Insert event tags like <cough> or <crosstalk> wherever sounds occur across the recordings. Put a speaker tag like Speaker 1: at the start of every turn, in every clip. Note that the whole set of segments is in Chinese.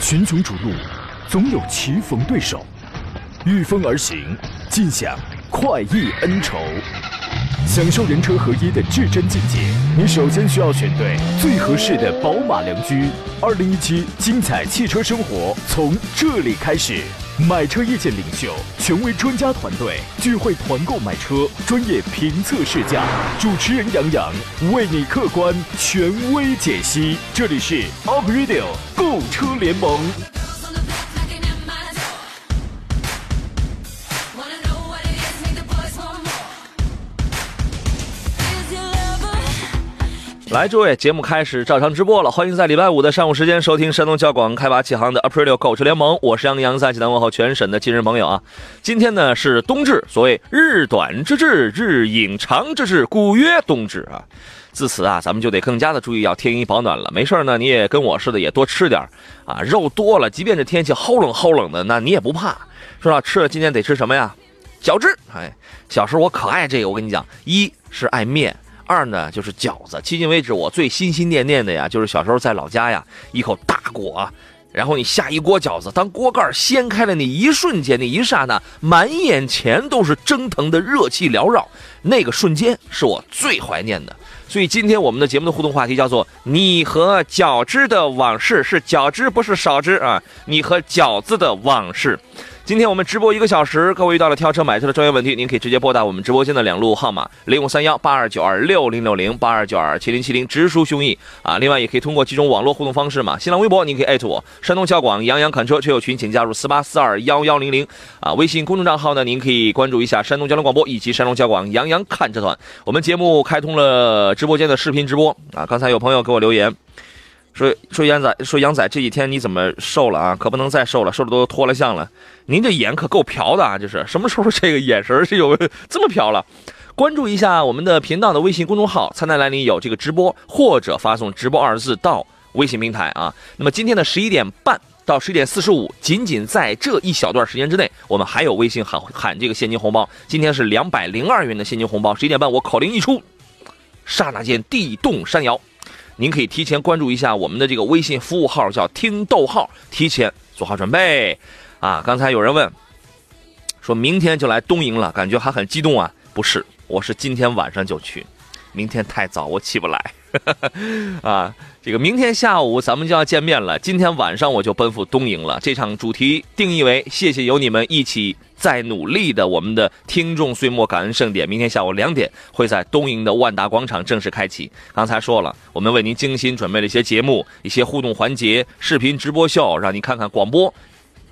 Speaker 1: 群雄逐鹿，总有棋逢对手。御风而行，尽享快意恩仇，享受人车合一的至臻境界。你首先需要选对最合适的宝马良驹。二零一七精彩汽车生活从这里开始。买车意见领袖，权威专家团队聚会团购买车，专业评测试驾，主持人杨洋为你客观权威解析。这里是 Up Radio 购车联盟。
Speaker 2: 来，诸位，节目开始，照常直播了。欢迎在礼拜五的上午时间收听山东交广开拔启航的 Aprilio 购车联盟，我是杨洋，在济南问候全省的亲人朋友啊。今天呢是冬至，所谓日短之至，日引长之至，故曰冬至啊。自此啊，咱们就得更加的注意要添衣保暖了。没事儿呢，你也跟我似的，也多吃点儿啊，肉多了，即便这天气齁冷齁冷的，那你也不怕，是吧？吃了今天得吃什么呀？饺子，哎，小时候我可爱这个，我跟你讲，一是爱面。二呢就是饺子，迄今为止我最心心念念的呀，就是小时候在老家呀，一口大锅、啊，然后你下一锅饺子，当锅盖掀开了那一瞬间，那一刹那，满眼前都是蒸腾的热气缭绕，那个瞬间是我最怀念的。所以今天我们的节目的互动话题叫做“你和饺子的往事”，是饺子不是少汁啊，你和饺子的往事。今天我们直播一个小时，各位遇到了挑车买车的专业问题，您可以直接拨打我们直播间的两路号码零五三幺八二九二六零六零八二九二七零七零，7070, 直抒胸臆啊！另外也可以通过几种网络互动方式嘛，新浪微博您可以艾特我，山东交广杨洋侃车车友群请加入四八四二幺幺零零啊，微信公众账号呢您可以关注一下山东交通广播以及山东交广杨洋看车团。我们节目开通了直播间的视频直播啊，刚才有朋友给我留言。说说杨仔，说杨仔这几天你怎么瘦了啊？可不能再瘦了，瘦的都脱了相了。您这眼可够瞟的啊！这是什么时候这个眼神是有这么瞟了？关注一下我们的频道的微信公众号，菜单栏里有这个直播，或者发送“直播”二字到微信平台啊。那么今天的十一点半到十一点四十五，仅仅在这一小段时间之内，我们还有微信喊喊这个现金红包，今天是两百零二元的现金红包。十一点半我口令一出，刹那间地动山摇。您可以提前关注一下我们的这个微信服务号，叫“听逗号”，提前做好准备啊！刚才有人问，说明天就来东营了，感觉还很激动啊？不是，我是今天晚上就去，明天太早我起不来 <laughs> 啊！这个明天下午咱们就要见面了，今天晚上我就奔赴东营了。这场主题定义为“谢谢有你们一起在努力”的我们的听众岁末感恩盛典，明天下午两点会在东营的万达广场正式开启。刚才说了，我们为您精心准备了一些节目、一些互动环节、视频直播秀，让您看看广播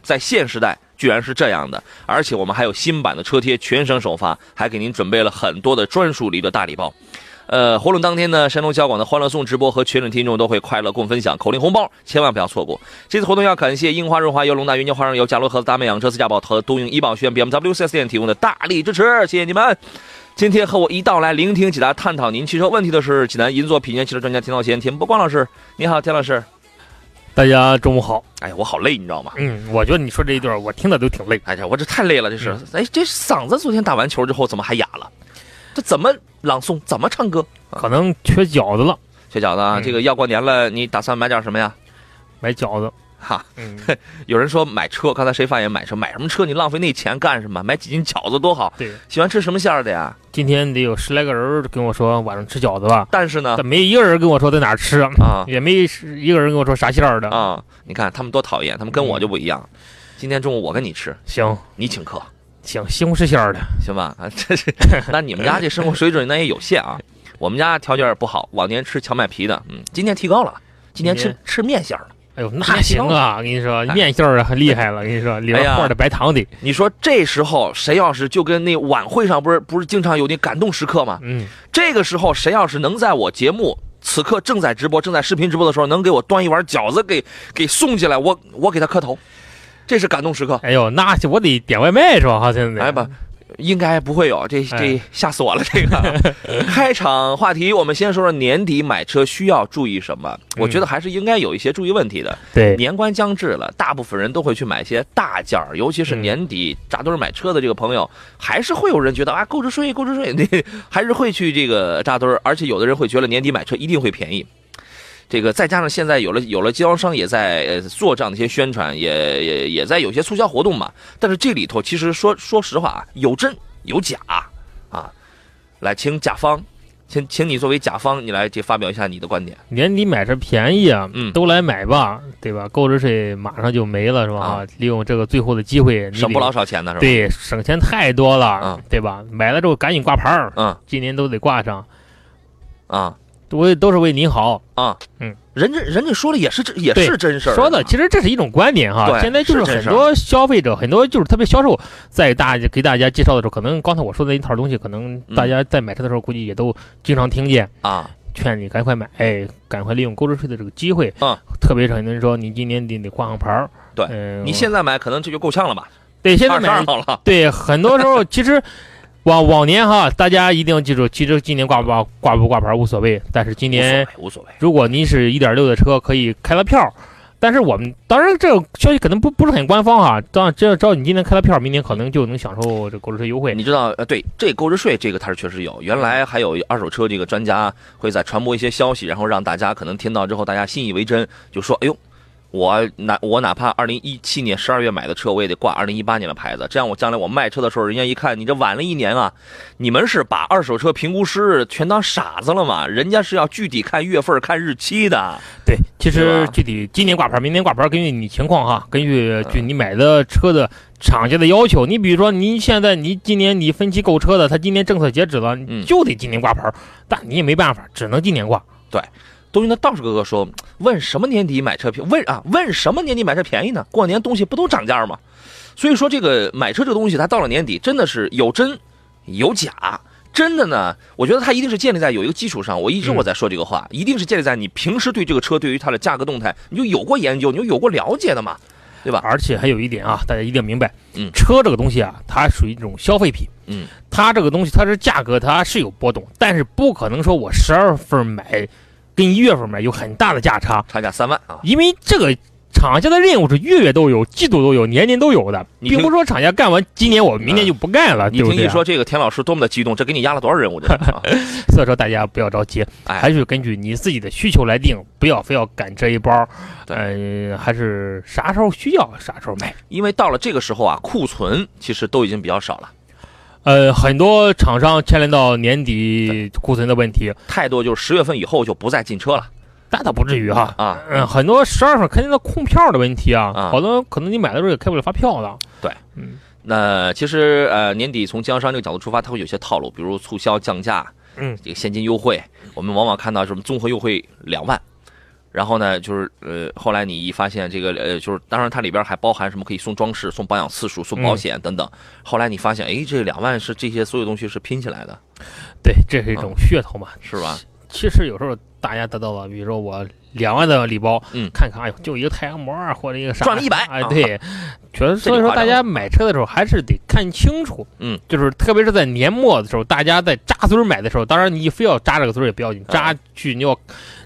Speaker 2: 在现时代居然是这样的，而且我们还有新版的车贴，全省首发，还给您准备了很多的专属礼的大礼包。呃，活动当天呢，山东交广的欢乐颂直播和全省听众都会快乐共分享，口令红包千万不要错过。这次活动要感谢樱花润滑油、龙大云牛花上油、嘉罗合资达美养车、自驾宝和东营怡宝轩 BMW 4S 店提供的大力支持，谢谢你们！今天和我一道来聆听、解答、探讨您汽车问题的是济南银座品鉴汽车专家田道贤、田伯光老师。你好，田老师。
Speaker 3: 大家中午好。
Speaker 2: 哎呀，我好累，你知道吗？
Speaker 3: 嗯，我觉得你说这一段我听的都挺累。
Speaker 2: 哎呀，我这太累了，这
Speaker 3: 嗯
Speaker 2: 是。哎，这嗓子昨天打完球之后怎么还哑了？这怎么朗诵？怎么唱歌？
Speaker 3: 可能缺饺子了，
Speaker 2: 小饺子啊，
Speaker 3: 嗯
Speaker 2: 这个要过年了，你打算买点什么呀？
Speaker 3: 买饺子。
Speaker 2: 哈，
Speaker 3: 嗯，
Speaker 2: 有人说买车，刚才谁发言买车？买什么车？你浪费那钱干什么？买几斤饺子多好。
Speaker 3: 对，
Speaker 2: 喜欢吃什么馅儿的呀？
Speaker 3: <laughs> 今天得有十来个人跟我说晚上吃饺子吧，
Speaker 2: 但是呢，
Speaker 3: 但没一个人跟我说在哪儿吃，
Speaker 2: 啊
Speaker 3: 也没是一个人跟我说啥馅儿的。
Speaker 2: 啊，你看他们多讨厌，他们
Speaker 3: 嗯
Speaker 2: 跟我就不一样。今天中午我跟你吃，
Speaker 3: 行
Speaker 2: 你请客，
Speaker 3: 行，西红柿馅儿的。
Speaker 2: 行吧？啊， <laughs> 这是那你们家这生活水准那也有限啊。我们家条件不好，往年吃荞麦皮的，嗯，今年提高了，今年
Speaker 3: 今
Speaker 2: 吃
Speaker 3: 年
Speaker 2: 吃面馅儿的。
Speaker 3: 哎呦，那行啊！跟你说，面馅儿的很厉害了。跟你说，里
Speaker 2: 哎
Speaker 3: 边
Speaker 2: 呀
Speaker 3: 画的白糖的。
Speaker 2: 你说这时候谁要是就跟那晚会上不是不是经常有那感动时刻吗？
Speaker 3: 嗯，
Speaker 2: 这个时候，谁要是能在我节目此刻正在直播、正在视频直播的时候，能给我端一碗饺子给给送进来，我我给他磕头，这是感动时刻。
Speaker 3: 哎呦，那我得点外卖是吧？哈，现在。
Speaker 2: 来吧，哎应该不会有，这这吓死我了！这个开场话题，我们先说说年底买车需要注意什么。我觉得还是应该有一些注意问题的。
Speaker 3: 对，
Speaker 2: 年关将至了，大部分人都会去买一些大件儿，尤其是
Speaker 3: 嗯
Speaker 2: 年底扎堆儿买车的这个朋友，还是会有人觉得啊，购置税， <laughs> 购置税，那还是会去这个扎堆儿，而且有的人会觉得年底买车一定会便宜。这个再加上现在有了有了经销商也在呃做这样的一些宣传，也也也在有些促销活动嘛。但是这里头其实说说实话啊，有真有假啊。来，请甲方，请请你作为甲方，你来这发表一下你的观点。
Speaker 3: 年底买车便宜啊，
Speaker 2: 嗯
Speaker 3: 都来买吧，对吧？购置税马上就没了，是吧？
Speaker 2: 啊
Speaker 3: 利用这个最后的机会，你
Speaker 2: 省不
Speaker 3: 得
Speaker 2: 老少钱呢，是吧？，
Speaker 3: 对，省钱太多了，
Speaker 2: 嗯
Speaker 3: 对吧？买了之后赶紧挂牌儿，
Speaker 2: 嗯
Speaker 3: 今年都得挂上，
Speaker 2: 啊
Speaker 3: 我都是为您好。
Speaker 2: 啊，
Speaker 3: 嗯，
Speaker 2: 人家人家说的也是这也
Speaker 3: 对
Speaker 2: 是真事儿，啊
Speaker 3: 说的其实这是一种观点哈
Speaker 2: 对，
Speaker 3: 现在就是
Speaker 2: 这
Speaker 3: 很
Speaker 2: 事儿
Speaker 3: 多消费者，很多就是特别销售在大家给大家介绍的时候，可能刚才我说的那一套东西，可能
Speaker 2: 嗯
Speaker 3: 大家在买车的时候估计也都经常听见，
Speaker 2: 啊，
Speaker 3: 劝你赶快买，哎，赶快利用购置税的这个机会。
Speaker 2: 嗯，
Speaker 3: 特别是很多人说你今年得得挂上牌儿。
Speaker 2: 对
Speaker 3: 嗯、
Speaker 2: 你现在买可能这就够呛了吧？
Speaker 3: 对现在
Speaker 2: 二十
Speaker 3: 买
Speaker 2: 二号了，
Speaker 3: 对，很多时候其实往往年哈，大家一定要记住，其实今年挂不挂挂不挂牌无所谓，但是今年
Speaker 2: 无所谓，
Speaker 3: 如果您是一点六的车，可以开了票。但是我们当然这个消息可能不不是很官方哈，当然只要只要你今年开了票，明年可能就能享受这购置税优惠
Speaker 2: 你。知道，呃，对，这购置税这个它是确实有，原来还有二手车这个专家会在传播一些消息，然后让大家可能听到之后，大家信以为真，就说，哎呦，我哪我哪怕二零一七年十二月买的车，我也得挂二零一八年的牌子，这样我将来我卖车的时候，人家一看你这晚了一年啊，你们是把二手车评估师全当傻子了吗？人家是要具体看月份、看日期的，
Speaker 3: 对，
Speaker 2: 对
Speaker 3: 其实
Speaker 2: 吧
Speaker 3: 具体今年挂牌，明年挂牌，根据你情况哈，根据
Speaker 2: 嗯
Speaker 3: 据你买的车的厂家的要求，你比如说您现在你今年你分期购车的，他今年政策截止了，你
Speaker 2: 嗯
Speaker 3: 就得今年挂牌，但你也没办法，只能今年挂。
Speaker 2: 都用那道士哥哥说，问什么年底买车便问啊？问什么年底买车便宜呢？过年东西不都涨价吗？所以说这个买车这个东西，它到了年底真的是有真有假。真的呢，我觉得它一定是建立在有一个基础上。我一直
Speaker 3: 嗯
Speaker 2: 我在说这个话，一定是建立在你平时对这个车对于它的价格动态，你就有过研究，你就有过了解的嘛。
Speaker 3: 而且还有一点啊，大家一定要明白，
Speaker 2: 嗯
Speaker 3: 车这个东西啊，它属于一种消费品，
Speaker 2: 嗯，
Speaker 3: 它这个东西它是价格它是有波动，但是不可能说我十二份买跟一月份买有很大的价差，
Speaker 2: 差价三万啊，
Speaker 3: 因为这个厂家的任务是月月都有、季度都有、年年都有的，
Speaker 2: 你听
Speaker 3: 并不是说厂家干完今年我明年就不干了，
Speaker 2: 你
Speaker 3: 对不
Speaker 2: 听
Speaker 3: 对
Speaker 2: 一
Speaker 3: 啊？
Speaker 2: 说这个田老师多么的激动，这给你压了多少任务？这是啊
Speaker 3: 所以说大家不要着急，
Speaker 2: 哎
Speaker 3: 还是根据你自己的需求来定，不要非要赶这一包，
Speaker 2: 对
Speaker 3: 呃，还是啥时候需要啥时候买。
Speaker 2: 因为到了这个时候啊，库存其实都已经比较少了，
Speaker 3: 呃，很多厂商牵连到年底库存的问题，
Speaker 2: 太多就是十月份以后就不再进车了
Speaker 3: 那倒不至于哈。
Speaker 2: 啊。
Speaker 3: 嗯、很多十二份肯定的控票的问题啊，
Speaker 2: 啊
Speaker 3: 好多可能你买的时候也开不了发票了。
Speaker 2: 对，
Speaker 3: 嗯
Speaker 2: 那其实呃，年底从经销商这个角度出发，它会有些套路，比如促销降价，
Speaker 3: 嗯，
Speaker 2: 这个现金优惠，我们往往看到什么综合优惠两万，然后呢，就是呃，后来你一发现这个呃，就是当然它里边还包含什么可以送装饰、送保养次数、送
Speaker 3: 嗯
Speaker 2: 保险等等，后来你发现，哎，这两万是这些所有东西是拼起来的，
Speaker 3: 对，这是一种噱头嘛。
Speaker 2: 是吧？
Speaker 3: 其实有时候大家得到了，比如说我两万的礼包，
Speaker 2: 嗯
Speaker 3: 看看，哎呦，就一个太阳膜啊或者一个啥，
Speaker 2: 赚了100
Speaker 3: 哎
Speaker 2: 啊，
Speaker 3: 对，觉得所
Speaker 2: 这
Speaker 3: 以
Speaker 2: 就
Speaker 3: 说
Speaker 2: 夸张
Speaker 3: 大家买车的时候还是得看清楚，
Speaker 2: 嗯，
Speaker 3: 就是特别是在年末的时候，大家在扎堆儿买的时候，当然你非要扎这个堆儿也不要
Speaker 2: 嗯
Speaker 3: 紧，扎去你要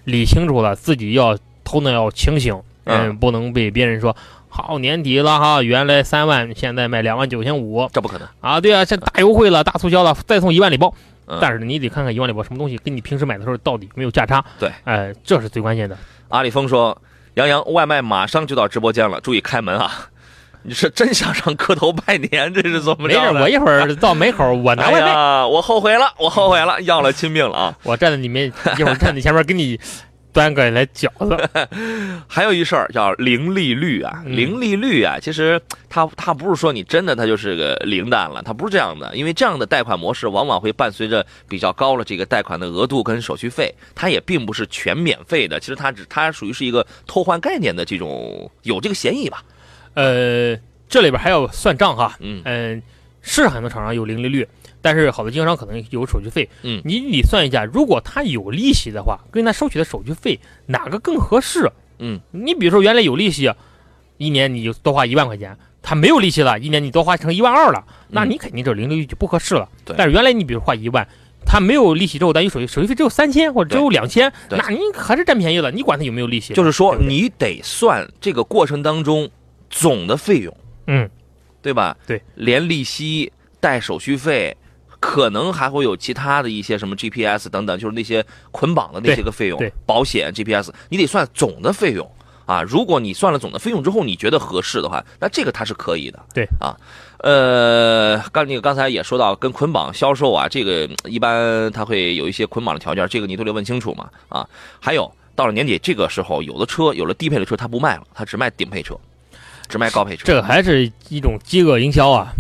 Speaker 3: 理清楚了，自己要头脑要清醒，
Speaker 2: 嗯
Speaker 3: 嗯，不能被别人说。好，年底了哈，原来三万，现在卖两万九千五
Speaker 2: 这不可能，
Speaker 3: 啊！对啊，现在大优惠了，大促销了，再送一万礼包。
Speaker 2: 嗯
Speaker 3: 但是你得看看一万里边什么东西跟你平时买的时候到底有没有价差。
Speaker 2: 对，
Speaker 3: 哎、这是最关键的。
Speaker 2: 阿里峰说：“杨洋，外卖马上就到直播间了，注意开门啊！你是真想上磕头拜年，这是怎么
Speaker 3: 没
Speaker 2: 着
Speaker 3: 事，
Speaker 2: 的
Speaker 3: 我一
Speaker 2: <laughs>
Speaker 3: 会儿到门口，我拿
Speaker 2: 哎
Speaker 3: 外卖，
Speaker 2: 呀，我后悔
Speaker 3: <laughs>
Speaker 2: 了，我后悔了，要了亲命了啊！
Speaker 3: 我站在里面，一会儿站你前面给你端个来饺子。
Speaker 2: 还有一事儿叫零利率啊，
Speaker 3: 嗯
Speaker 2: 零利率啊，其实它它不是说你真的它就是个零蛋了，它不是这样的，因为这样的贷款模式往往会伴随着比较高的这个贷款的额度跟手续费，它也并不是全免费的，其实它只它属于是一个偷换概念的这种有这个嫌疑吧，
Speaker 3: 呃，这里边还要算账哈。
Speaker 2: 嗯
Speaker 3: 嗯、是很多厂商有零利率，但是好多经销商可能有手续费。
Speaker 2: 嗯
Speaker 3: 你得算一下，如果他有利息的话，跟他收取的手续费哪个更合适？
Speaker 2: 嗯，
Speaker 3: 你比如说原来有利息，一年你就多花一万块钱，他没有利息了，一年你多花成一万二了，那你肯定这零利率就不合适了。
Speaker 2: 嗯对
Speaker 3: 但是原来你比如花一万。他没有利息之后，但有手续手续费只有三千或者只有两千，
Speaker 2: 对
Speaker 3: 那你还是占便宜了。你管他有没有利息？
Speaker 2: 就是说
Speaker 3: 对不对
Speaker 2: 你得算这个过程当中总的费用，
Speaker 3: 嗯，
Speaker 2: 对吧？
Speaker 3: 对，
Speaker 2: 连利息、带手续费、可能还会有其他的一些什么 GPS 等等，就是那些捆绑的那些个费用
Speaker 3: 对对，
Speaker 2: 保险 GPS，你得算总的费用啊。如果你算了总的费用之后，你觉得合适的话，那这个它是可以的。
Speaker 3: 对
Speaker 2: 啊，呃，刚你刚才也说到跟捆绑销售啊，这个嗯一般它会有一些捆绑的条件，这个你都得问清楚嘛啊。还有到了年底这个时候，有的车有了低配的车它不卖了，它只卖顶配车，只卖高配车。
Speaker 3: 这个还是一种饥饿营销啊。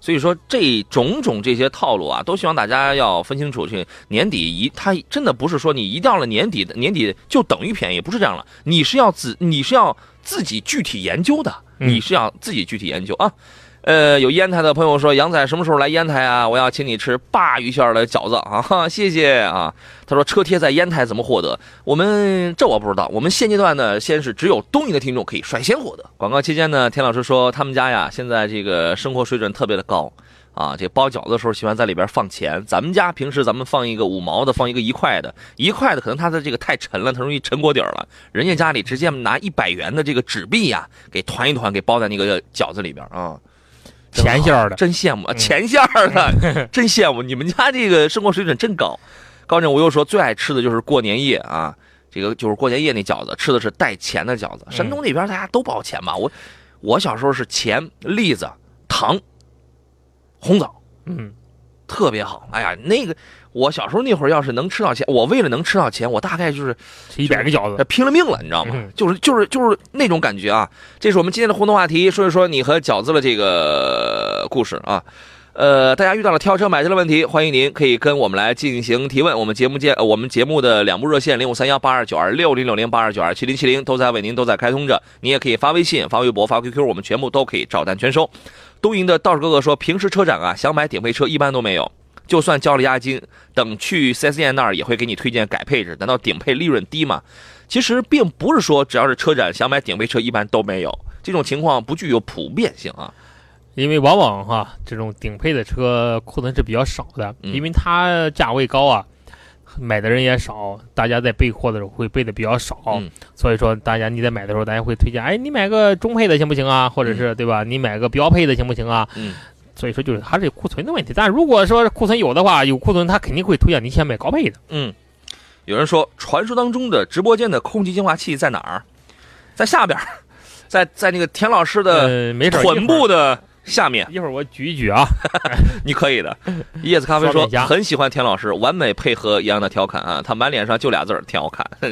Speaker 2: 所以说这种种这些套路啊，都希望大家要分清楚。这年底一，它真的不是说你一到了年底的年底就等于便宜，不是这样了。你是要自你是要自己具体研究的，
Speaker 3: 嗯
Speaker 2: 你是要自己具体研究啊。呃，有烟台的朋友说，杨仔什么时候来烟台啊？我要请你吃鲅鱼馅儿的饺子啊！哈，谢谢啊。他说车贴在烟台怎么获得？我们这我不知道。我们现阶段呢，先是只有东营的听众可以率先获得。广告期间呢，田老师说他们家呀，现在这个生活水准特别的高。啊，这包饺子的时候喜欢在里边放钱。咱们家平时咱们放一个五毛的，放一个一块的，一块的可能它的这个太沉了，它容易沉锅底儿了。人家家里直接拿一百元的这个纸币呀、给团一团，给包在那个饺子里边啊。真好
Speaker 3: 甜馅儿的
Speaker 2: 真羡慕，
Speaker 3: 嗯
Speaker 2: 钱馅儿的，真羡慕你们家这个生活水准真高。高振，我又说最爱吃的就是过年夜啊，这个就是过年夜那饺子，吃的是带钱的饺子。山
Speaker 3: 嗯
Speaker 2: 东那边大家都包钱吧？我我小时候是钱、栗子、糖、红枣，
Speaker 3: 嗯，
Speaker 2: 特别好。哎呀，那个我小时候那会儿要是能吃到钱，我为了能吃到钱，我大概就是
Speaker 3: 吃一百个饺
Speaker 2: 呃
Speaker 3: 子，
Speaker 2: 拼了命了，你知道吗？
Speaker 3: 嗯
Speaker 2: 就是就是就是那种感觉啊！这是我们今天的互动话题，说一说你和饺子的这个故事啊。呃，大家遇到了挑车买车的问题，欢迎您可以跟我们来进行提问。我们节目见，呃我们节目的两部热线零五三幺八二九二六零六零八二九二七零七零都在为您都在开通着。你也可以发微信、发微博、发 QQ，我们全部都可以照单全收。东营的道士哥哥说，平时车展啊，想买顶配车一般都没有，就算交了押金，等去 4S 店那儿也会给你推荐改配置。难道顶配利润低吗？其实并不是说只要是车展想买顶配车一般都没有，这种情况不具有普遍性啊。
Speaker 3: 因为往往哈这种顶配的车库存是比较少的，
Speaker 2: 嗯
Speaker 3: 因为它价位高啊，买的人也少，大家在备货的时候会备的比较少，
Speaker 2: 嗯
Speaker 3: 所以说大家你在买的时候，大家会推荐，哎，你买个中配的行不行啊？或者是、对吧？你买个标配的行不行啊？
Speaker 2: 嗯，
Speaker 3: 所以说就是还是有库存的问题，但如果说库存有的话，有库存他肯定会推荐你先买高配的，
Speaker 2: 嗯，有人说传说当中的直播间的空气净化器在哪儿？在下边儿，在在那个田老师的
Speaker 3: 呃，没事儿，
Speaker 2: 臀
Speaker 3: 一会
Speaker 2: 部
Speaker 3: 儿
Speaker 2: 的下面，
Speaker 3: 一会儿我举一举啊，
Speaker 2: 你可以的。叶子咖啡
Speaker 3: 刷
Speaker 2: 说
Speaker 3: 脸颊
Speaker 2: 很喜欢田老师，完美配合一样的调侃啊，他满脸上就俩字儿调侃。 <laughs>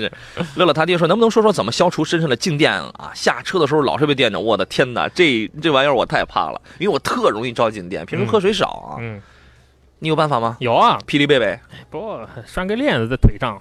Speaker 2: 乐乐他爹说，能不能说说怎么消除身上的静电啊？下车的时候老是被电着，我的天哪，这这玩意儿我太怕了，因为我特容易招静电，平时喝水少啊。
Speaker 3: 嗯，
Speaker 2: 你有办法吗？
Speaker 3: 有啊，
Speaker 2: 霹雳贝贝，
Speaker 3: 不过拴个链子在腿上，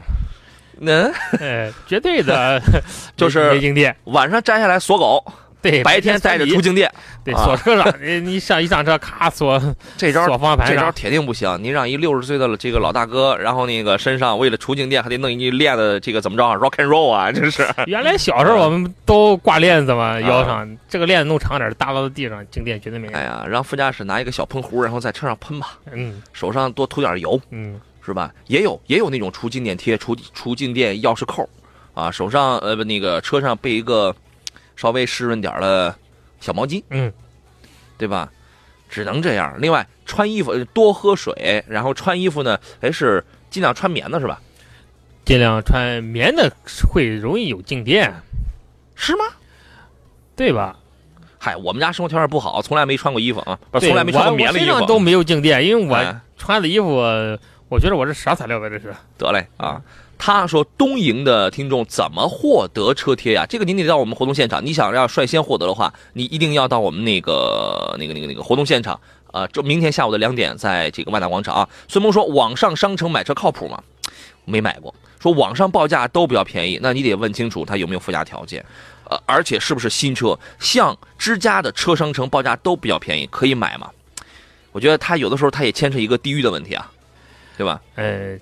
Speaker 2: 嗯，
Speaker 3: 呃，绝对的
Speaker 2: <laughs> 就是
Speaker 3: 没没静电，
Speaker 2: 晚上摘下来锁狗，
Speaker 3: 对，
Speaker 2: 白天带着
Speaker 3: 出
Speaker 2: 出
Speaker 3: 去，
Speaker 2: 静电，
Speaker 3: 对，
Speaker 2: 啊
Speaker 3: 锁车上，你你上一上车，咔锁
Speaker 2: 这招
Speaker 3: 锁方向盘
Speaker 2: 这招
Speaker 3: 上，
Speaker 2: 铁定不行。您让一六十岁的这个老大哥，然后那个身上为了除静电还得弄一链子，这个怎么着啊？Rock and roll 啊，真是。
Speaker 3: 原来小时
Speaker 2: 啊
Speaker 3: 候我们都挂链子嘛，腰上，这个链子弄长点儿，耷拉到地上，静电绝对没有
Speaker 2: 哎，呀，让副驾驶拿一个小喷壶，然后在车上喷吧，
Speaker 3: 嗯
Speaker 2: 手上多涂点油，
Speaker 3: 嗯，
Speaker 2: 是吧？也有也有那种除静电贴、除除静电钥匙扣，啊，手上呃不那个车上备一个稍微湿润点儿的小毛巾，
Speaker 3: 嗯，
Speaker 2: 对吧？只能这样。另外，穿衣服呃多喝水，然后穿衣服呢，哎是尽量穿棉的，是吧？
Speaker 3: 尽量穿棉的会容易有静电，
Speaker 2: 是吗？
Speaker 3: 对吧？
Speaker 2: 嗨，我们家生活条件不好，从来没穿过衣服啊，不是
Speaker 3: 对
Speaker 2: 从来没穿过
Speaker 3: 我
Speaker 2: 棉的衣
Speaker 3: 我身
Speaker 2: 服，啊
Speaker 3: 上都没有静电，因为我
Speaker 2: 哎
Speaker 3: 穿的衣服，我觉得我是啥材料吧，这是。
Speaker 2: 得嘞啊。他说：“东营的听众怎么获得车贴呀？这个您得到我们活动现场。你想要率先获得的话，你一定要到我们那个、那个、那个、那个活动现场。啊，这明天下午的两点，在这个万达广场啊。”孙萌说：“网上商城买车靠谱吗？没买过。说网上报价都比较便宜，那你得问清楚他有没有附加条件，呃，而且是不是新车。像之家的车商城报价都比较便宜，可以买吗？我觉得他有的时候他也牵扯一个地域的问题啊，对吧？
Speaker 3: 呃，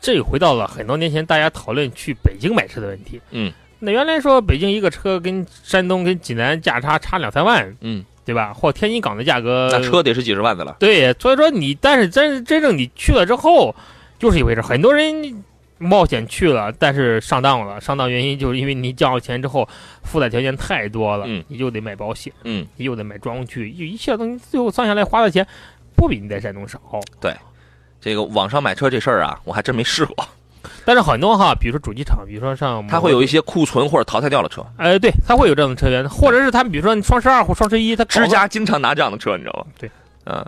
Speaker 3: 这又回到了很多年前大家讨论去北京买车的问题。
Speaker 2: 嗯，
Speaker 3: 那原来说北京一个车跟山东跟济南价差差两三万，
Speaker 2: 嗯，
Speaker 3: 对吧？或天津港的价格，
Speaker 2: 那车得是几十万的了。”
Speaker 3: 对，所以说你但是真真正你去了之后，就是一回事。很多人冒险去了，但是上当了，上当原因就是因为你交了钱之后，附带条件太多了，
Speaker 2: 嗯
Speaker 3: 你就得买保险，
Speaker 2: 嗯
Speaker 3: 你又得买装具，一一切东西最后算下来花的钱。不比你在山东少。
Speaker 2: 这个网上买车这事儿啊，我还真没试过，
Speaker 3: 但是很多哈，比如说主机厂，比如说像
Speaker 2: 它会有一些库存或者淘汰掉的车，
Speaker 3: 呃，对，它会有这样的车源，或者是他们比如说你双十二或双十一，它搞
Speaker 2: 之家经常拿这样的车，你知道吗？
Speaker 3: 对，
Speaker 2: 嗯。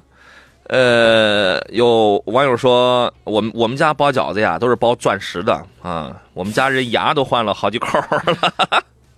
Speaker 2: 呃，有网友说，我们我们家包饺子呀，都是包钻石的啊，我们家人牙都换了好几口儿。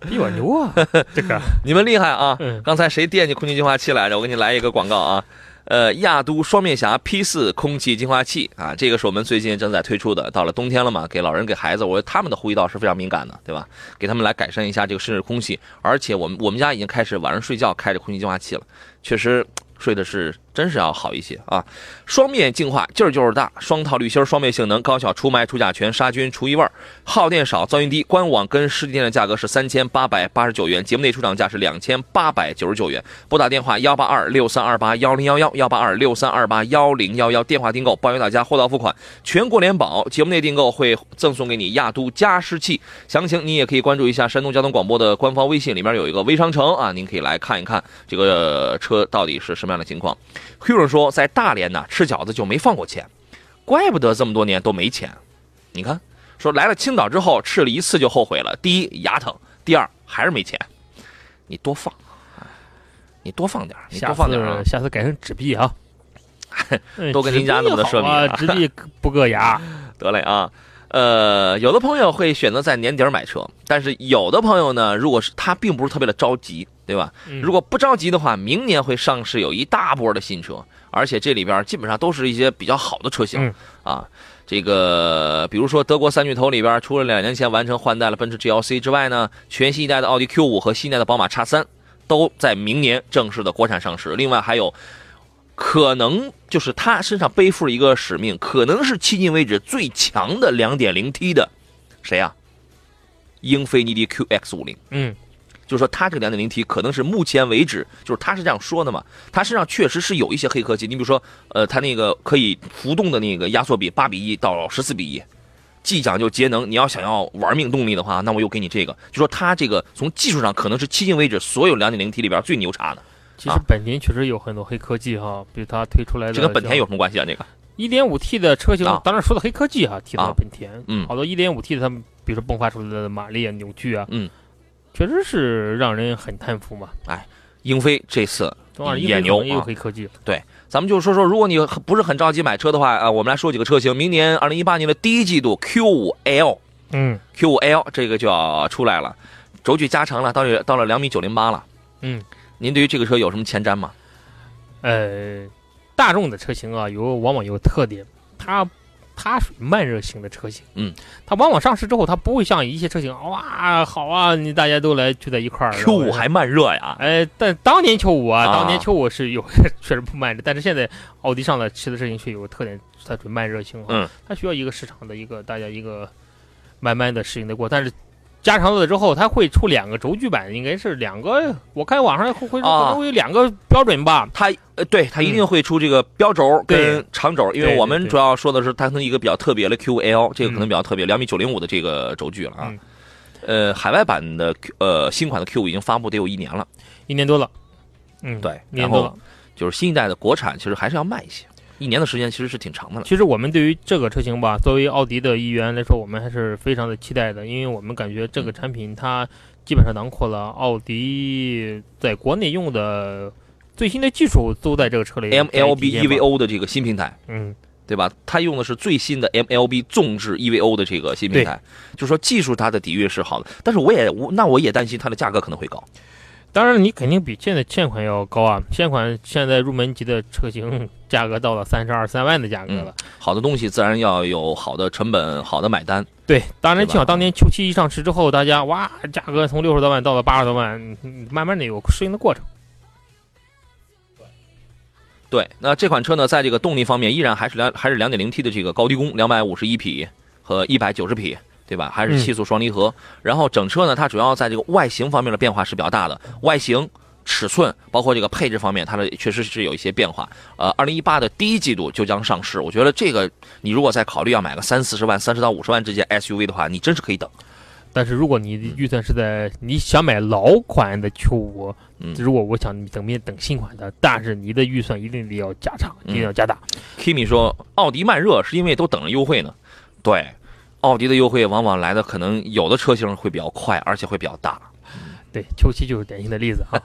Speaker 3: 比我牛
Speaker 2: <laughs>
Speaker 3: 啊，这个
Speaker 2: 你们厉害啊！
Speaker 3: 嗯，
Speaker 2: 刚才谁惦记空气净化器来着？我给你来一个广告啊。呃，亚都双面侠 P 四空气净化器啊，这个是我们最近正在推出的。到了冬天了嘛，给老人给孩子，我觉得他们的呼吸道是非常敏感的，对吧？给他们来改善一下这个室内空气。而且我们我们家已经开始晚上睡觉开着空气净化器了，确实睡的是真是要好一些啊。双面净化劲儿就是大，双套滤芯儿，双面性能，高效除霾除甲醛杀菌除异味儿，耗电少，噪音低。官网跟实体店的价格是三千八百八十九元，节目内出厂价是两千八百九十九元。拨打电话幺八二六三二八幺零幺幺幺八二六三二八幺零幺幺，电话订购，包邮到家，货到付款，全国联保。节目内订购会赠送给你亚都加湿器。详情你也可以关注一下山东交通广播的官方微信，里面有一个微商城啊，您可以来看一看这个车到底是什么样的情况。Hero 说，在大连呢吃饺子就没放过钱，怪不得这么多年都没钱。你看，说来了青岛之后吃了一次就后悔了，第一牙疼，第二还是没钱。你多放，哎你多放点儿，你
Speaker 3: 下
Speaker 2: 多放点儿啊
Speaker 3: 次！下次改成纸币啊，
Speaker 2: <laughs>
Speaker 3: 嗯
Speaker 2: 都跟您家那么多奢靡啊
Speaker 3: 纸币好啊纸币不硌
Speaker 2: <laughs>
Speaker 3: 牙，
Speaker 2: 得嘞啊。呃，有的朋友会选择在年底儿买车，但是有的朋友呢，如果是他并不是特别的着急，对吧？
Speaker 3: 嗯
Speaker 2: 如果不着急的话，明年会上市有一大波的新车，而且这里边基本上都是一些比较好的车型、
Speaker 3: 嗯
Speaker 2: 啊。这个比如说德国三巨头里边，除了两年前完成换代了奔驰 GLC 之外呢，全新一代的奥迪 Q 5和新一代的宝马 X 3都在明年正式的国产上市。另外还有，可能就是它身上背负了一个使命，可能是迄今为止最强的 2.0T 的谁呀、英菲尼迪 QX50。
Speaker 3: 嗯，
Speaker 2: 就是说他这个两点零 T 可能是目前为止，就是他是这样说的嘛，他身上确实是有一些黑科技。你比如说，呃，他那个可以浮动的那个压缩比八比一到十四比一，既讲究节能，你要想要玩命动力的话，那我又给你这个。就说他这个从技术上可能是迄今为止所有两点零 T 里边最牛叉的，
Speaker 3: 其实
Speaker 2: 啊
Speaker 3: 本田确实有很多黑科技哈，比如它推出来的
Speaker 2: 这跟本田
Speaker 3: 像
Speaker 2: 有什么关系啊？这个
Speaker 3: 1.5T 的车型
Speaker 2: 啊，
Speaker 3: 当然说到黑科技啊，提到
Speaker 2: 啊
Speaker 3: 了本田，
Speaker 2: 嗯
Speaker 3: 好多 1.5T 的他们，比如说迸发出来的马力啊、扭矩啊，
Speaker 2: 嗯，
Speaker 3: 确实是让人很叹服嘛。
Speaker 2: 英菲这次
Speaker 3: 中二
Speaker 2: 也牛
Speaker 3: 也有
Speaker 2: 啊
Speaker 3: 黑科技，
Speaker 2: 咱们就说说，如果你很不是很着急买车的话啊，我们来说几个车型。明年二零一八年的第一季度 Q 五 L。
Speaker 3: 嗯
Speaker 2: Q5L 这个就要出来了，轴距加长了，到了到了两米九零八了。
Speaker 3: 嗯，
Speaker 2: 您对于这个车有什么前瞻吗？
Speaker 3: 呃，大众的车型啊，有往往有特点，它它属于慢热型的车型，
Speaker 2: 嗯，
Speaker 3: 它往往上市之后，它不会像一些车型哇好啊，你大家都来聚在一块儿
Speaker 2: Q 五。
Speaker 3: 然后
Speaker 2: 还慢热呀？
Speaker 3: 哎，但当年 Q 五啊，
Speaker 2: 啊
Speaker 3: 当年 Q 五是有 <laughs> 确实不慢热，但是现在奥迪上的其实这型却有个特点，它属于慢热型啊，
Speaker 2: 嗯，
Speaker 3: 它需要一个市场的一个大家一个慢慢的适应的过，但是加长了之后，它会出两个轴距版，应该是两个，我看网上会会
Speaker 2: 啊
Speaker 3: 可能会有两个标准吧，
Speaker 2: 它呃，对，它一定会出这个标轴跟长轴，因为
Speaker 3: 嗯对
Speaker 2: 我们
Speaker 3: 对
Speaker 2: 主要说的是它跟一个比较特别的 Q5L，这个可能比较特别，两米九零五的这个轴距了啊
Speaker 3: 嗯。
Speaker 2: 呃，海外版的 Q 呃新款的 Q 五已经发布得有一年了，
Speaker 3: 一年多了，嗯，
Speaker 2: 对，
Speaker 3: 一年
Speaker 2: 然
Speaker 3: 多
Speaker 2: 后
Speaker 3: 了。
Speaker 2: 就是新一代的国产其实还是要慢一些，一年的时间其实是挺长的了。
Speaker 3: 其实我们对于这个车型吧，作为奥迪的一员来说，我们还是非常的期待的，因为我们感觉
Speaker 2: 嗯
Speaker 3: 这个产品它基本上囊括了奥迪在国内用的最新的技术，都在这个车里
Speaker 2: MLB
Speaker 3: 体现吧
Speaker 2: EVO E 的这个新平台。
Speaker 3: 嗯，
Speaker 2: 对吧？它用的是最新的 MLB 纵置 EVO 的这个新平台，就说技术它的底蕴是好的，但是我也我那我也担心它的价格可能会高。
Speaker 3: 当然你肯定比现在现款要高啊，现款现在入门级的车型 <laughs> 价格到了三十二三万的价格了。
Speaker 2: 好的东西自然要有好的成本、好的买单。
Speaker 3: 对，当然，
Speaker 2: 对吧嗯
Speaker 3: 幸好当年秋期一上市之后，大家哇，价格从六十多万到了八十多万，嗯慢慢的有适应的过程。
Speaker 2: 对，那这款车呢，在这个动力方面依然还是两还是两点零 T 的这个高低功，两百五十一匹和一百九十匹，对吧？还是
Speaker 3: 嗯
Speaker 2: 七速双离合。然后整车呢，它主要在这个外形方面的变化是比较大的，外形。尺寸包括这个配置方面，它的确实是有一些变化。呃，二零一八的第一季度就将上市，我觉得这个你如果再考虑要买个三四十万、三十到五十万之间 SUV 的话，你真是可以等。
Speaker 3: 但是如果你
Speaker 2: 嗯
Speaker 3: 的预算是在你想买老款的 Q 五，
Speaker 2: 嗯
Speaker 3: 如果我想等别等新款的，但是你的预算一定得要加
Speaker 2: 嗯
Speaker 3: 长，一定要加大。
Speaker 2: Kimi 说，奥迪慢热是因为都等着优惠呢。对，奥迪的优惠往往来的可能有的车型会比较快，而且会比较大。
Speaker 3: 对，秋七就是典型的
Speaker 2: <laughs>
Speaker 3: 例子啊。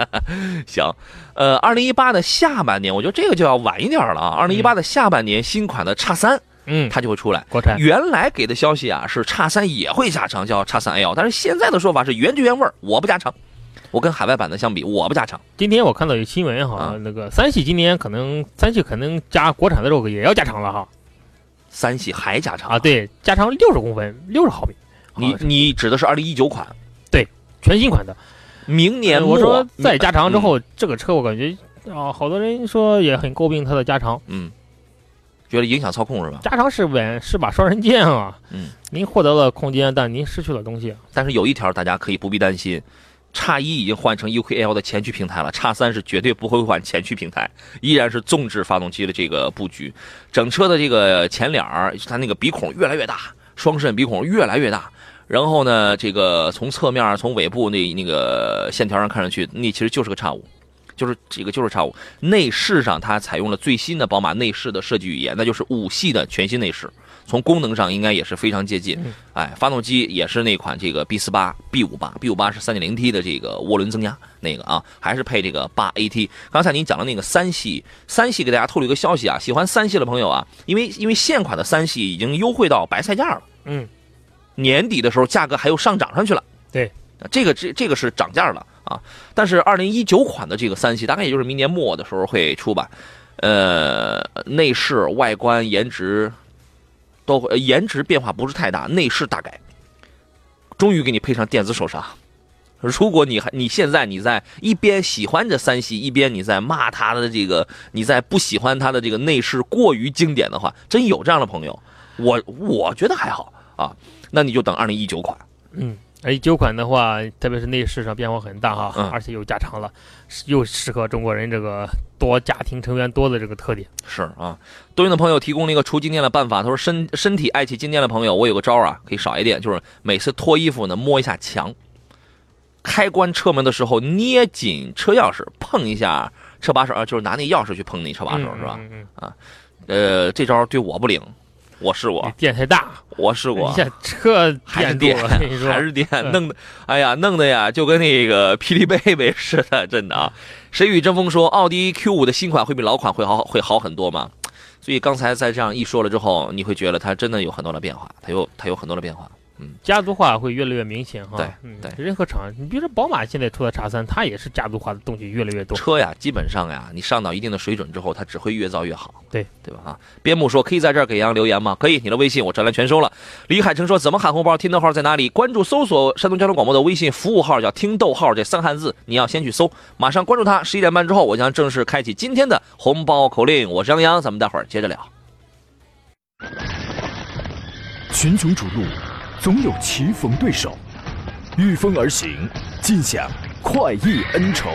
Speaker 2: 行，呃，二零一八的下半年，我觉得这个就要晚一点了啊。二零一八的下半年，新款的叉三
Speaker 3: 嗯，
Speaker 2: 它就会出来。
Speaker 3: 国产
Speaker 2: 原来给的消息啊是叉三也会加长，叫叉三 L，但是现在的说法是原汁原味儿，我不加长。我跟海外版的相比，我不加长。
Speaker 3: 今天我看到有新闻哈，
Speaker 2: 啊
Speaker 3: 那个三系今年可能三系可能加国产的肉也要加长了哈
Speaker 2: 三系还加长
Speaker 3: 啊，，对，加长六十公分，六十毫米，
Speaker 2: 你
Speaker 3: 啊
Speaker 2: 你指的是二零一九款，
Speaker 3: 全新款的。
Speaker 2: 明年
Speaker 3: 呃
Speaker 2: 末啊嗯
Speaker 3: 我说再加长之，后，这个车我感觉啊、好多人说也很诟病它的加长，
Speaker 2: 嗯，嗯觉得影响操控是吧？
Speaker 3: 加长是稳是把双刃剑啊。
Speaker 2: 嗯，
Speaker 3: 您获得了空间，但您失去了东西。
Speaker 2: 但是有一条大家可以不必担心，叉一已经换成 UKL 的前驱平台了，叉三是绝对不会换前驱平台，依然是纵置发动机的这个布局，整车的这个前脸儿，它那个鼻孔越来越大，双肾鼻孔越来越大。然后呢，这个从侧面、从尾部那那个线条上看上去，那其实就是个叉五，就是这个就是叉五。内饰上它采用了最新的宝马内饰的设计语言，那就是五系的全新内饰。从功能上应该也是非常接近
Speaker 3: 嗯，
Speaker 2: 哎，发动机也是那款这个 B 四八、B 五八、B 五八是三点零 T 的这个涡轮增压那个啊，还是配这个八 AT。刚才您讲的那个三系，三系给大家透露一个消息啊，喜欢三系的朋友啊，因为因为现款的三系已经优惠到白菜价了。
Speaker 3: 嗯，
Speaker 2: 年底的时候价格还又上涨上去了。
Speaker 3: 对
Speaker 2: 啊，这个这这个是涨价了啊。但是二零一九款的这个三系，大概也就是明年末的时候会出吧。呃，内饰、外观、颜值都会，呃颜值变化不是太大，内饰大改。终于给你配上电子手刹。如果你还你现在你在一边喜欢这三系，一边你在骂它的这个，你在不喜欢它的这个内饰过于经典的话，真有这样的朋友，我我觉得还好啊。那你就等二零一九款。
Speaker 3: 嗯，而且九款的话，特别是内饰上变化很大哈，
Speaker 2: 嗯
Speaker 3: 而且又加长了，又适合中国人这个多家庭成员多的这个特点。
Speaker 2: 是啊，多云的朋友提供了一个除静电的办法，他说身身体爱起静电的朋友，我有个招儿啊，可以少一点，就是每次脱衣服呢摸一下墙，开关车门的时候捏紧车钥匙，碰一下车把手，啊，就是拿那钥匙去碰那车把手是吧？
Speaker 3: 嗯嗯
Speaker 2: 呃，这招儿对我不灵，我试
Speaker 3: 嗯，
Speaker 2: 过
Speaker 3: 你，电太大，
Speaker 2: 我试过
Speaker 3: 一，下车
Speaker 2: 还是
Speaker 3: 电
Speaker 2: 电
Speaker 3: 住了，我跟 <laughs> 你，说，
Speaker 2: 还是电，
Speaker 3: 嗯
Speaker 2: 弄的，哎呀，弄的呀，就跟那个霹雳贝贝 <laughs> 似的，真的啊！谁与争锋说，奥迪 Q 五的新款会比老款会好会好很多吗？所以刚才在这样一说了之后，你会觉得它真的有很多的变化，它有它有很多的变化。
Speaker 3: 家族化会越来越明显哈。
Speaker 2: 对
Speaker 3: 嗯
Speaker 2: 对
Speaker 3: 任何厂，你比如说宝马现在出的叉三，它也是家族化的东西越来越多。
Speaker 2: 车呀，基本上呀，你上到一定的水准之后，它只会越造越好。
Speaker 3: 对
Speaker 2: 对吧？啊，边牧说可以在这儿给杨留言吗？可以，你的微信我摘来全收了。李海城说怎么喊红包？听豆号在哪里？关注搜索山东交通广播的微信服务号叫听逗号这三汉字，你要先去搜，马上关注它。十一点半之后，我将正式开启今天的红包口令。我是杨洋，咱们待会儿接着聊。
Speaker 1: 群雄逐鹿，总有棋逢对手，御风而行，尽享快意恩仇。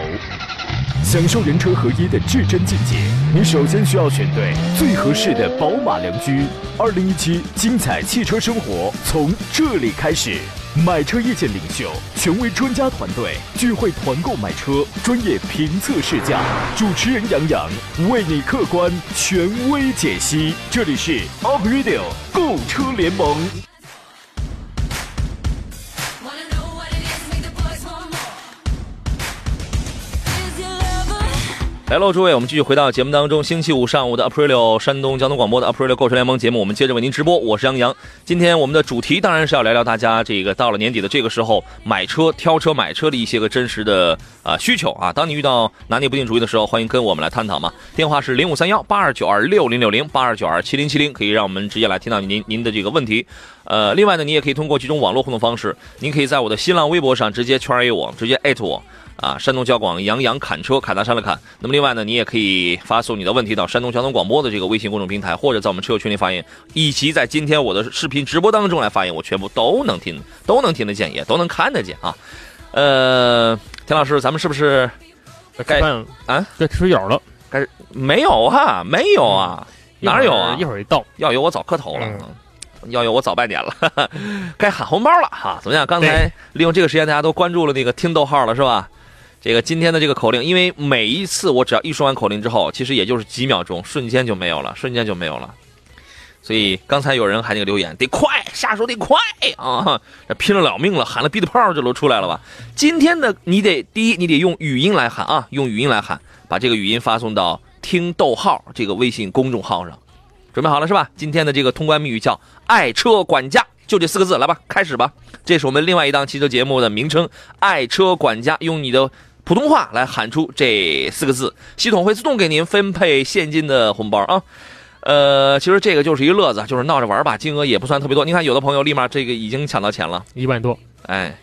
Speaker 1: 享受人车合一的至臻境界，你首先需要选对最合适的宝马良驹。二零一七精彩汽车生活从这里开始。买车意见领袖，权威专家团队，聚会团购买车，专业评测试驾，主持人杨洋为你客观权威解析。这里是 Up Radio 购车联盟。
Speaker 4: Wanna know what it is, make the boys want more. Is your lover?
Speaker 2: 来喽，诸位，我们继续回到节目当中。星期五上午的 Aprilio 山东交通广播的 Aprilio 购车联盟节目，我们接着为您直播。我是杨洋。今天我们的主题当然是要聊聊大家这个到了年底的这个时候，买车、挑车、买车的一些个真实的啊、需求啊。当你遇到拿捏不定主意的时候，欢迎跟我们来探讨嘛。电话是零五三幺八二九二六零六零八二九二七零七零，可以让我们直接来听到您您的这个问题。呃，另外呢，你也可以通过几种网络互动方式，您可以在我的新浪微博上直接圈 A 我，直接艾特我。啊，山东交广杨洋砍车砍大山了砍。那么另外呢，你也可以发送你的问题到山东交通广播的这个微信公众平台，或者在我们车友群里发言，以及在今天我的视频直播当中来发言，我全部都能听，都能听得见，也都能看得见啊。呃，田老师，咱们是不是该
Speaker 3: 饭
Speaker 2: 啊，
Speaker 3: 该吃水饺了，
Speaker 2: 没有啊？没有啊，哪儿有啊啊
Speaker 3: 嗯一会儿一会儿一到，
Speaker 2: 要有我早磕头了。
Speaker 3: 嗯
Speaker 2: 要有我早半年了，该喊红包了哈。怎么样？刚才
Speaker 3: 对
Speaker 2: 利用这个时间，大家都关注了那个听逗号了，是吧？这个今天的这个口令，因为每一次我只要一说完口令之后，其实也就是几秒钟，瞬间就没有了，瞬间就没有了。所以刚才有人还那个留言，得快下手得快啊！这拼了老命了，喊了逼的泡就都出来了吧？今天的你得第一，你得用语音来喊啊，用语音来喊，把这个语音发送到听逗号这个微信公众号上。准备好了是吧？今天的这个通关密语叫“爱车管家”，就这四个字，来吧，开始吧。这是我们另外一档汽车节目的名称“爱车管家”，用你的普通话来喊出这四个字，系统会自动给您分配现金的红包啊。呃，其实这个就是一乐子，就是闹着玩儿吧，金额也不算特别多。你看，有的朋友立马这个已经抢到钱了，
Speaker 3: 一万多
Speaker 2: 哎，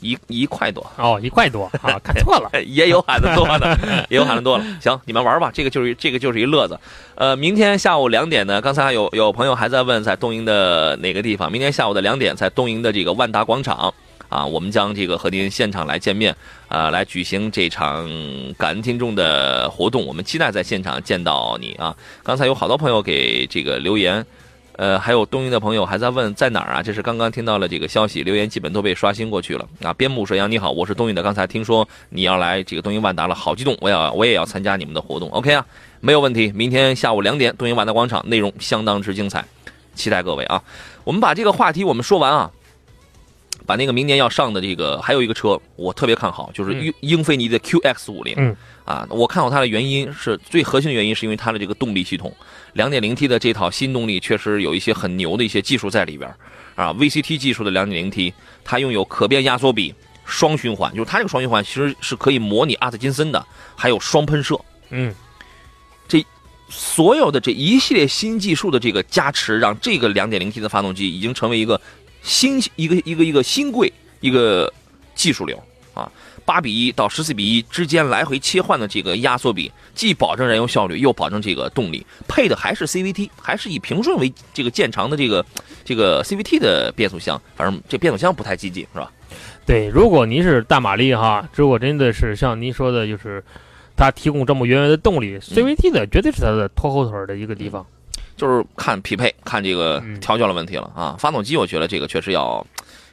Speaker 2: 一一块多，。
Speaker 3: 哦，一块多啊，看错了
Speaker 2: <laughs> 也有喊的多的，也有喊的多了。行，你们玩吧，这个就是这个就是一乐子。呃，明天下午两点呢，刚才还有有朋友还在问在东营的哪个地方，明天下午的两点在东营的这个万达广场啊，我们将这个和您现场来见面啊、来举行这场感恩听众的活动，我们期待在现场见到你啊。刚才有好多朋友给这个留言。呃，还有东营的朋友还在问在哪儿啊？这是刚刚听到了这个消息，留言基本都被刷新过去了啊。边牧说：“杨你好，我是东营的，刚才听说你要来这个东营万达了，好激动，我也要我也要参加你们的活动，OK 啊，没有问题。明天下午两点，东营万达广场，内容相当之精彩，期待各位啊。我们把这个话题我们说完啊，把那个明年要上的这个还有一个车，我特别看好，就是英英菲尼的 QX 五零、
Speaker 3: 嗯
Speaker 2: 啊，我看好它的原因是最核心的原因是因为它的这个动力系统，两点零 T 的这套新动力确实有一些很牛的一些技术在里边儿啊，VCT 技术的两点零 T，它拥有可变压缩比。双循环，就是它这个双循环其实是可以模拟阿特金森的，还有双喷射，
Speaker 3: 嗯，
Speaker 2: 所有的这一系列新技术的这个加持，让这个 2.0T 的发动机已经成为一个新一个一个一个新贵一个技术流啊，八比一到十四比一之间来回切换的这个压缩比，既保证燃油效率，又保证这个动力，配的还是 CVT，还是以平顺为这个见长的这个这个 CVT 的变速箱，反正这变速箱不太激进是吧？
Speaker 3: 对，如果您是大马力哈，如果真的是像您说的，就是它提供这么源源的动
Speaker 2: 嗯
Speaker 3: 力，CVT 的绝对是它的拖后腿儿的一个地方。
Speaker 2: 就是看匹配，看这个
Speaker 3: 嗯
Speaker 2: 调教的问题了啊。发动机我觉得这个确实要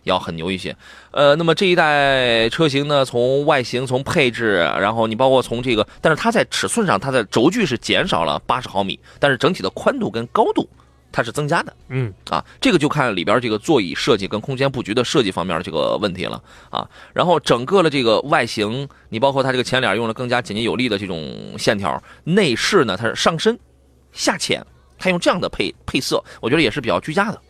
Speaker 2: 要很牛一些。呃，那么这一代车型呢，从外形、从配置，然后你包括从这个，但是它在尺寸上，它的轴距是减少了八十毫米，但是整体的宽度跟高度它是增加的。
Speaker 3: 嗯，
Speaker 2: 啊，这个就看里边儿这个座椅设计跟空间布局的设计方面儿这个问题了啊。然后整个的这个外形，你包括它这个前脸用了更加简洁有力的这种线条，内饰呢它是上深下浅，它用这样的配配色，我觉得也是比较居家的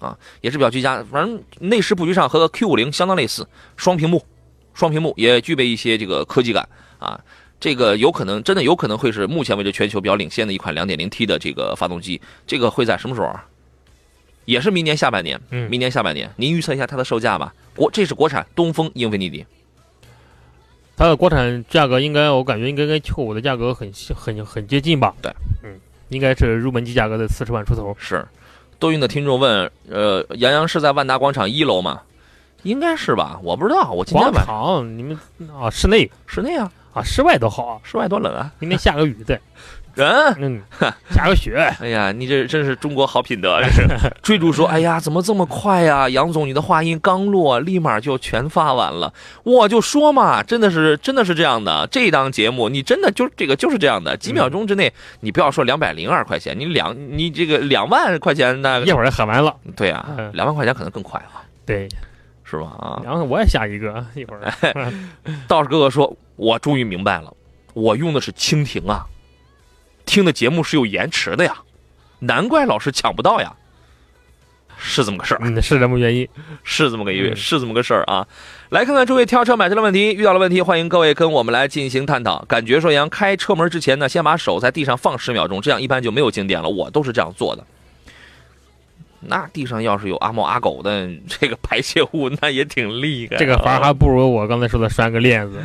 Speaker 2: 啊，也是比较居家。反正内饰布局上和 Q 5 0相当类似，双屏幕，双屏幕也具备一些这个科技感啊。这个有可能，真的有可能会是目前为止全球比较领先的一款 2.0T 的这个发动机。这个会在什么时候啊？也是明年下半年，
Speaker 3: 嗯
Speaker 2: 明年下半年，您预测一下它的售价吧。国这是国产东风英菲尼迪，
Speaker 3: 它的国产价格应该，我感觉应该跟 Q 5的价格很很很接近吧？
Speaker 2: 对，
Speaker 3: 嗯，应该是入门级价格的四十万出头。
Speaker 2: 是。多云的听众问，呃，杨洋是在万达广场一楼吗？应该是吧，我不知道，我今天
Speaker 3: 广
Speaker 2: 晚上
Speaker 3: 场，你们啊，室内
Speaker 2: 室内啊，
Speaker 3: 啊，室外多好啊！
Speaker 2: 室外多冷啊！
Speaker 3: 明天下个雨，
Speaker 2: <laughs>
Speaker 3: 对，
Speaker 2: 人，
Speaker 3: 嗯，下
Speaker 2: <laughs>
Speaker 3: 个雪，
Speaker 2: 哎呀，你这真是中国好品德，这是。追逐说，哎呀，怎么这么快呀、杨总，你的话音刚落，立马就全发完了。我就说嘛，真的是，真的是这样的。这档节目，你真的就这个就是这样的，几秒钟之内，你不要说两百零二块钱，你两你这个两万块钱那
Speaker 3: 一会儿喊完了，
Speaker 2: 对啊，
Speaker 3: 嗯
Speaker 2: 两万块钱可能更快啊，
Speaker 3: 对，
Speaker 2: 是吧？啊，
Speaker 3: 然后我也下一个，一
Speaker 2: <laughs>
Speaker 3: 会儿，
Speaker 2: 道士哥哥说，我终于明白了，我用的是蜻蜓啊，听的节目是有延迟的呀，难怪老是抢不到呀，是这么个事儿。
Speaker 3: 嗯，是这么原因。
Speaker 2: 是这么个一位，
Speaker 3: 嗯
Speaker 2: 是这么个事儿啊。来看看诸位挑车买车的问题，遇到了问题，欢迎各位跟我们来进行探讨。感觉说杨开车门之前呢，先把手在地上放十秒钟，这样一般就没有经典了。我都是这样做的。那地上要是有阿猫阿狗的这个排泄物，那也挺厉害啊、
Speaker 3: 这个反而还不如我刚才说的拴个链子。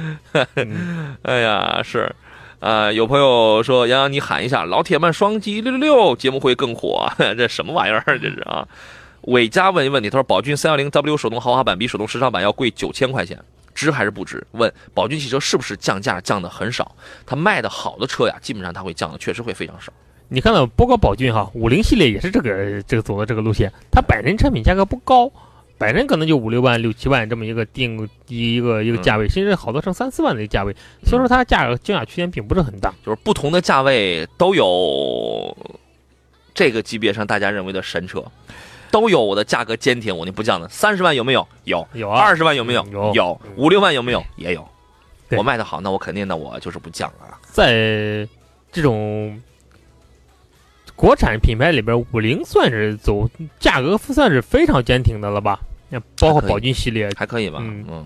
Speaker 3: 嗯
Speaker 2: 哎呀，是，呃，有朋友说杨洋你喊一下老铁们双击六六六，节目会更火。这什么玩意儿？这是啊。伟嘉问一问题，他说宝骏三幺零 W 手动豪华版比手动时尚版要贵九千块钱，值还是不值？问宝骏汽车是不是降价降的很少？它卖的好的车呀，基本上它会降的确实会非常少。
Speaker 3: 你看到包括宝骏哈，五菱系列也是这个这个走的这个路线，它百人产品价格不高，百人可能就五六万、六七万这么一个定一一个一个价
Speaker 2: 嗯
Speaker 3: 位，甚至好多剩三四万的一个价位，所以说它价格竞价区间并不是很大。
Speaker 2: 就是不同的价位都有这个级别上大家认为的神车，都有我的价格坚挺，我就不降的。三十万有没有？有。
Speaker 3: 有啊，
Speaker 2: 二十万有没有？
Speaker 3: 有嗯
Speaker 2: 有。五六万有没有？也有。
Speaker 3: 对哎
Speaker 2: 我卖的好，那我肯定的，我就是不降了啊。
Speaker 3: 在这种国产品牌里边，五菱算是走价格算是非常坚挺的了吧？那包括
Speaker 2: 还可以
Speaker 3: 宝骏系列，
Speaker 2: 还可以吧？
Speaker 3: 嗯
Speaker 2: 嗯。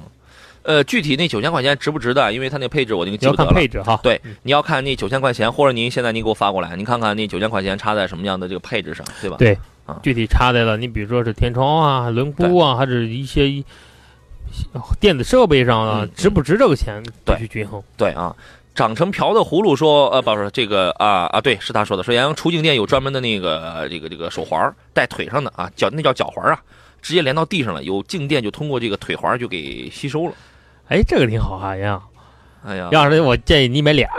Speaker 2: 呃，具体那九千块钱值不值的？因为它那配置我已经
Speaker 3: 你
Speaker 2: 记
Speaker 3: 要
Speaker 2: 不得
Speaker 3: 看
Speaker 2: 了。
Speaker 3: 配置哈。
Speaker 2: 对
Speaker 3: 嗯，
Speaker 2: 你要看那九千块钱，或者您现在您给我发过来，您看看那九千块钱差在什么样的这个配置上，对吧？
Speaker 3: 对具体插在了你比如说是天窗啊、轮毂啊，还是一些一电子设备上啊
Speaker 2: 嗯，
Speaker 3: 值不值这个钱
Speaker 2: 对
Speaker 3: 必须均衡。
Speaker 2: 对啊，长城瓢的葫芦说，呃，不是这个啊啊，对，是他说的，说阳洋出境店有专门的那个这个这个手环儿带腿上的啊，脚那叫脚环儿啊，直接连到地上了，有静电就通过这个腿环儿就给吸收了。
Speaker 3: 哎，这个挺好啊，呀，
Speaker 2: 哎呀
Speaker 3: 要是我建议你买俩，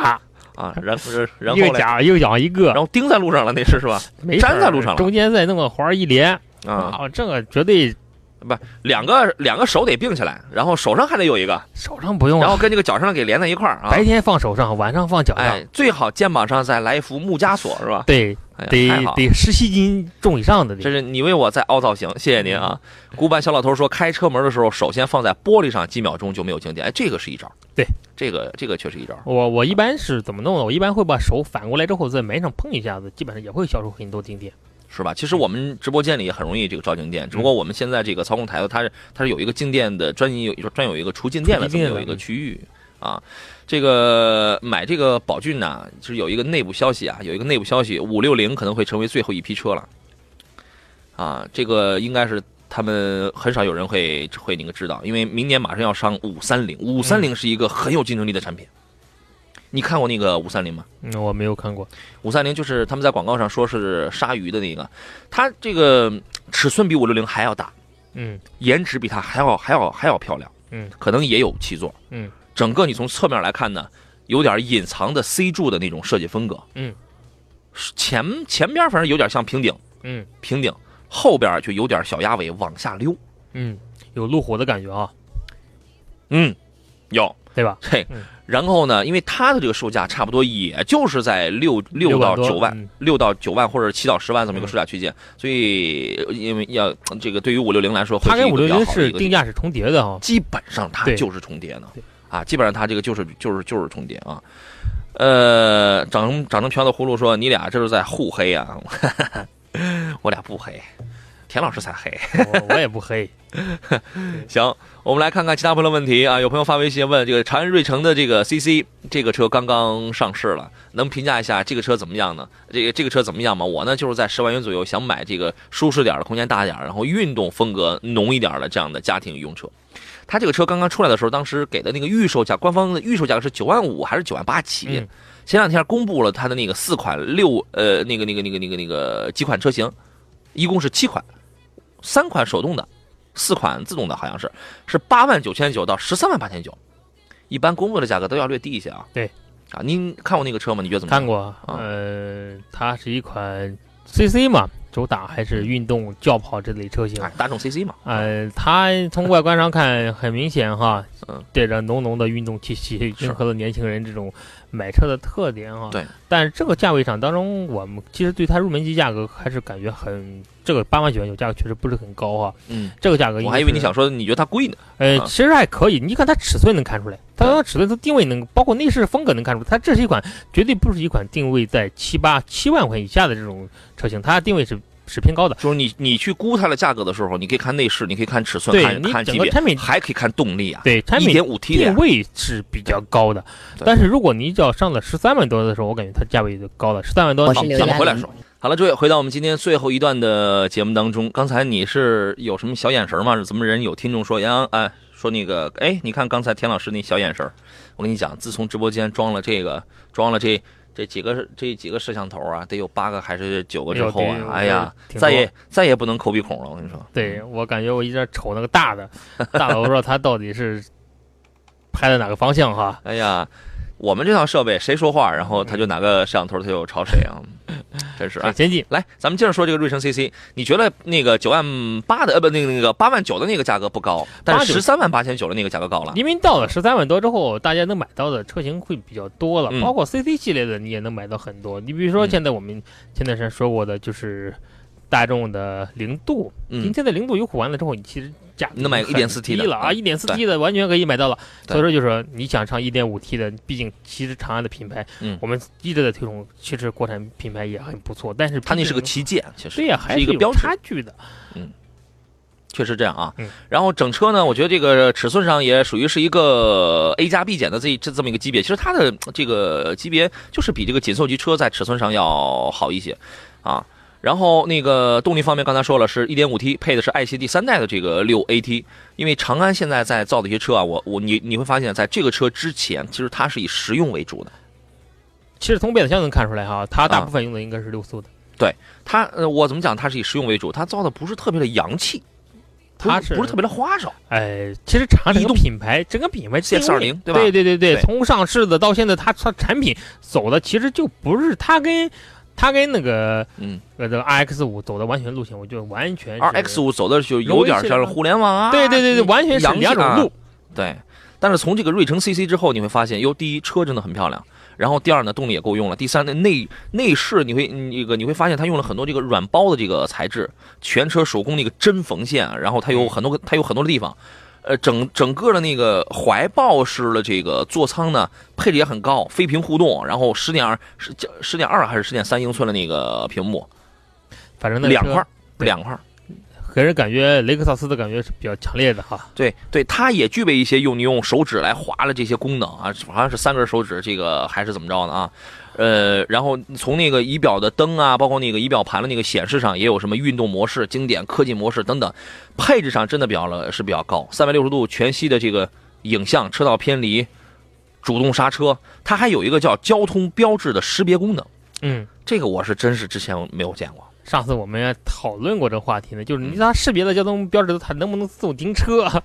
Speaker 2: 啊，然然
Speaker 3: 一
Speaker 2: 后
Speaker 3: 个
Speaker 2: 嘞，
Speaker 3: 假一个假一个
Speaker 2: 然，后钉在路上了，那是是
Speaker 3: <laughs>
Speaker 2: 吧？
Speaker 3: 没事儿
Speaker 2: 粘在路上了
Speaker 3: 中间再弄个环儿一连
Speaker 2: 啊，，
Speaker 3: 这个绝对
Speaker 2: 两个两个手得并起来，然后手上还得有一个，
Speaker 3: 手上不用
Speaker 2: 然
Speaker 3: 啊，
Speaker 2: 后跟这个脚上给连在一块儿啊。
Speaker 3: 白天放手上，晚上放脚上
Speaker 2: 哎。，最好肩膀上再来一幅木枷锁，是吧？
Speaker 3: 对，
Speaker 2: 哎呀
Speaker 3: 得
Speaker 2: 太好了
Speaker 3: 得十七斤重以上的得，
Speaker 2: 这是你为我在凹造型，谢谢您啊。
Speaker 3: 嗯
Speaker 2: 古板小老头说，开车门的时候，首先放在玻璃上，几秒钟就没有静电。哎，这个是一招。
Speaker 3: 对，
Speaker 2: 这个这个确实一招。
Speaker 3: 我我一般是怎么弄的？我一般会把手反过来之后在门上碰一下子，基本上也会消除很多静电。
Speaker 2: 是吧？其实我们直播间里也很容易这个招静电，只不
Speaker 3: 嗯
Speaker 2: 过我们现在这个操控台的它是它是有一个静电的专有专有一个除静电的
Speaker 3: 除
Speaker 2: 这
Speaker 3: 静
Speaker 2: 么
Speaker 3: 电的
Speaker 2: 有一个区域啊。这个买这个宝骏呢，就是有一个内部消息啊，有一个内部消息，五六零可能会成为最后一批车了啊。这个应该是他们很少有人会会那个知道，因为明年马上要上五三零，五三零
Speaker 3: 嗯
Speaker 2: 是一个很有竞争力的产品。你看过那个五三零吗？
Speaker 3: 嗯，我没有看过。
Speaker 2: 五三零就是他们在广告上说是鲨鱼的那个，它这个嗯尺寸比五六零还要大，
Speaker 3: 嗯
Speaker 2: 颜值比它还要还要还要漂亮，
Speaker 3: 嗯，
Speaker 2: 可能也有七座，
Speaker 3: 嗯，
Speaker 2: 整个你从侧面来看呢，有点隐藏的 C 柱的那种设计风格，
Speaker 3: 嗯，
Speaker 2: 前前边反正有点像平顶，
Speaker 3: 嗯
Speaker 2: 平顶后边就有点小鸭尾往下溜，
Speaker 3: 嗯，有路虎的感觉啊，
Speaker 2: 嗯，有
Speaker 3: 对
Speaker 2: <laughs>
Speaker 3: 吧？
Speaker 2: 嘿
Speaker 3: 嗯，
Speaker 2: 然后呢，因为它的这个售价差不多也就是在六六到九万，
Speaker 3: 嗯
Speaker 2: 六到九万或者七到十万这么一个售价区间，所以因为要这个对于五六零来说，
Speaker 3: 它
Speaker 2: 会是
Speaker 3: 跟
Speaker 2: 一
Speaker 3: 五
Speaker 2: 个
Speaker 3: 六
Speaker 2: 比较
Speaker 3: 零
Speaker 2: 好的
Speaker 3: 是
Speaker 2: 一个
Speaker 3: 定价是重叠
Speaker 2: <laughs>
Speaker 3: 的啊。
Speaker 2: 基本上它
Speaker 3: 对
Speaker 2: 就是重叠呢
Speaker 3: 对，
Speaker 2: 啊，基本上它这个就是就是就是重叠啊。呃，长长成瓢的葫芦说你俩这是在互黑啊， <laughs> 我俩不黑，田老师才黑。
Speaker 3: 我我也不黑，
Speaker 2: 行，我们来看看其他朋友问题啊。有朋友发微信问，这个长安瑞城的这个 CC 这个车刚刚上市了，能评价一下这个车怎么样呢？这个这个车怎么样吗？我呢就是在十万元左右，想买这个舒适点儿的、空间大一点儿，然后运动风格浓一点儿的这样的家庭用车。它这个车刚刚出来的时候，当时给的那个预售价，官方的预售价格是九万五还是九万八起？
Speaker 3: 嗯
Speaker 2: 前两天公布了它的那个四款六呃那个那个那个那个那个几款车型，一共是七款，三款手动的，四款自动的，好像是是八万九千九到十三万八千九，一般公布的价格都要略低一些啊。
Speaker 3: 对，
Speaker 2: 啊，您看过那个车吗？你觉得怎么样？
Speaker 3: 看过。啊
Speaker 2: 啊
Speaker 3: 呃，它是一款 CC 嘛，主打还是运动轿跑这类车型。
Speaker 2: 嗯哎，大众 CC 嘛，
Speaker 3: 呃，它从外观上看很明显哈
Speaker 2: <laughs> 嗯，
Speaker 3: 带着浓浓的运动气息，
Speaker 2: 是
Speaker 3: 迎合了年轻人这种买车的特点哈。
Speaker 2: 对，
Speaker 3: 但是这个价位上当中，我们其实对它入门级价格还是感觉很，这个八万九千九价格确实不是很高哈。
Speaker 2: 嗯，
Speaker 3: 这个价格应
Speaker 2: 我
Speaker 3: 该
Speaker 2: 还以为你
Speaker 3: 是
Speaker 2: 想说你觉得它贵呢。
Speaker 3: 呃
Speaker 2: 啊，
Speaker 3: 其实还可以。你看它尺寸能看出来，它
Speaker 2: 对
Speaker 3: 的尺寸、它定位能，包括内饰风格能看出来。它这是一款绝对不是一款定位在七八七万块以下的这种车型，它定位是是偏高的。
Speaker 2: 就是你你去估它的价格的时候，你可以看内饰，你可以看尺寸，
Speaker 3: 对
Speaker 2: 看
Speaker 3: 你
Speaker 2: 看
Speaker 3: 整
Speaker 2: 级
Speaker 3: 个
Speaker 2: 别，
Speaker 3: 产品，
Speaker 2: 还可以看动力啊，
Speaker 3: 对产
Speaker 2: 一
Speaker 3: 品
Speaker 2: 点五 T 的呀
Speaker 3: 定位是比较高的。
Speaker 2: 对
Speaker 3: <laughs> 但是如果你只要上了十三万多的时候，我感觉它价位就高了。十三万多
Speaker 5: 我
Speaker 3: 好
Speaker 5: 是
Speaker 2: 好
Speaker 5: 刘
Speaker 2: 咱们
Speaker 5: 亚
Speaker 2: 回来
Speaker 5: 玲
Speaker 2: 说。好了，诸位，回到我们今天最后一段的节目当中，刚才你是有什么小眼神吗？怎么人有听众说杨洋哎，说那个哎，你看刚才田老师那小眼神，我跟你讲，自从直播间装了这个装了这这几个这几个摄像头啊，得有八个还是九个之后啊
Speaker 3: 哎呦，对
Speaker 2: 哎呀，
Speaker 3: 挺多
Speaker 2: 再也再也不能抠鼻孔了，我跟你说。
Speaker 3: 对我感觉我一直在瞅那个大的，大的我不知道它到底是拍的哪个方向哈。
Speaker 2: 哎呀，我们这套设备谁说话，然后他就哪个摄像头他就朝谁啊。真 <laughs> 是
Speaker 3: 很
Speaker 2: 啊。
Speaker 3: 先进。
Speaker 2: 来，咱们接着说这个瑞声 CC，你觉得那个九万八的呃不那个那个八万九的那个价格不高，但是
Speaker 3: 89
Speaker 2: 十三万八千九的那个价格高了。
Speaker 3: 因为到了十三万多之后，大家能买到的车型会比较多了，
Speaker 2: 嗯
Speaker 3: 包括 CC 系列的你也能买到很多。你比如说
Speaker 2: 嗯
Speaker 3: 现在我们前段时间说过的，就是大众的零度，今
Speaker 2: 嗯，
Speaker 3: 天的零度优酷完了之后，你其实价格
Speaker 2: 能买个
Speaker 3: 很
Speaker 2: 1.4T 的嗯
Speaker 3: 低了啊，一点四 T 的完全可以买到了。
Speaker 2: 对
Speaker 3: 所以说就是说你想上一点五 T 的，毕竟其实长安的品牌，
Speaker 2: 嗯
Speaker 3: 我们一直在推崇，其实国产品牌也很不错，但是
Speaker 2: 它那是个
Speaker 3: 毕竟
Speaker 2: 旗舰，其实
Speaker 3: 对呀、还
Speaker 2: 是一个
Speaker 3: 有
Speaker 2: 标志
Speaker 3: 差距的。
Speaker 2: 确实这样啊
Speaker 3: 嗯。
Speaker 2: 然后整车呢，我觉得这个尺寸上也属于是一个 A 加 B 减的这一这这么一个级别。其实它的呃这个级别就是比这个紧凑级车在尺寸上要好一些啊。然后那个动力方面，刚才说了是 1.5T 配的是爱信第三代的这个 6AT，因为长安现在在造的一些车啊，我我你你会发现在这个车之前，其实它是以实用为主的。
Speaker 3: 其实从变速箱能看出来哈，它大
Speaker 2: 啊
Speaker 3: 部分用的应该是六速的，
Speaker 2: 它呃，我怎么讲，它是以实用为主，它造的不是特别的洋气，不
Speaker 3: 它是
Speaker 2: 不是特别的花哨？
Speaker 3: 哎，其实长安整
Speaker 2: 移
Speaker 3: 个
Speaker 2: 动
Speaker 3: 品牌，整个品牌定
Speaker 2: CS20 对
Speaker 3: 对
Speaker 2: 吧
Speaker 3: 对对对
Speaker 2: 对
Speaker 3: 从上市的到现在，它它产品走的其实就不是它跟它跟那个
Speaker 2: 嗯
Speaker 3: 呃这个 RX 五走的完全路线，我觉得完全是
Speaker 2: R X 五走的就有点像是互联网啊，
Speaker 3: 对对对对，完全是
Speaker 2: 洋气
Speaker 3: 两种
Speaker 2: 啊
Speaker 3: 路。
Speaker 2: 对。但是从这个瑞城 CC 之后，你会发现，哟，第一车真的很漂亮，然后第二呢，动力也够用了，第三呢，内内饰你会那个你会发现它用了很多这个软包的这个材质，全车手工那个针缝线，啊然后它
Speaker 3: 嗯
Speaker 2: 有很多个它有很多的地方，呃，整整个的那个怀抱式的这个座舱呢，配置也很高，飞屏互动，然后十点二十十点二还是十点三英寸的那个屏幕，
Speaker 3: 反正那
Speaker 2: 两
Speaker 3: 车
Speaker 2: 块儿
Speaker 3: 对
Speaker 2: 两块儿。
Speaker 3: 给人感觉雷克萨斯的感觉是比较强烈的哈。
Speaker 2: 对对，它也具备一些用你用手指来划了这些功能啊，好像是三根手指，这个还是怎么着呢啊？呃，然后从那个仪表的灯啊，包括那个仪表盘的那个显示上，也有什么运动模式、经典科技模式等等，配置上真的比较了是比较高，三百六十度全息的这个影像、车道偏离、主动刹车，它还有一个叫交通标志的识别功能，
Speaker 3: 嗯，
Speaker 2: 这个我是真是之前没有见过。
Speaker 3: 上次我们也讨论过这个话题呢，就是
Speaker 2: 嗯
Speaker 3: 你它识别的交通标志，它能不能自动停车啊？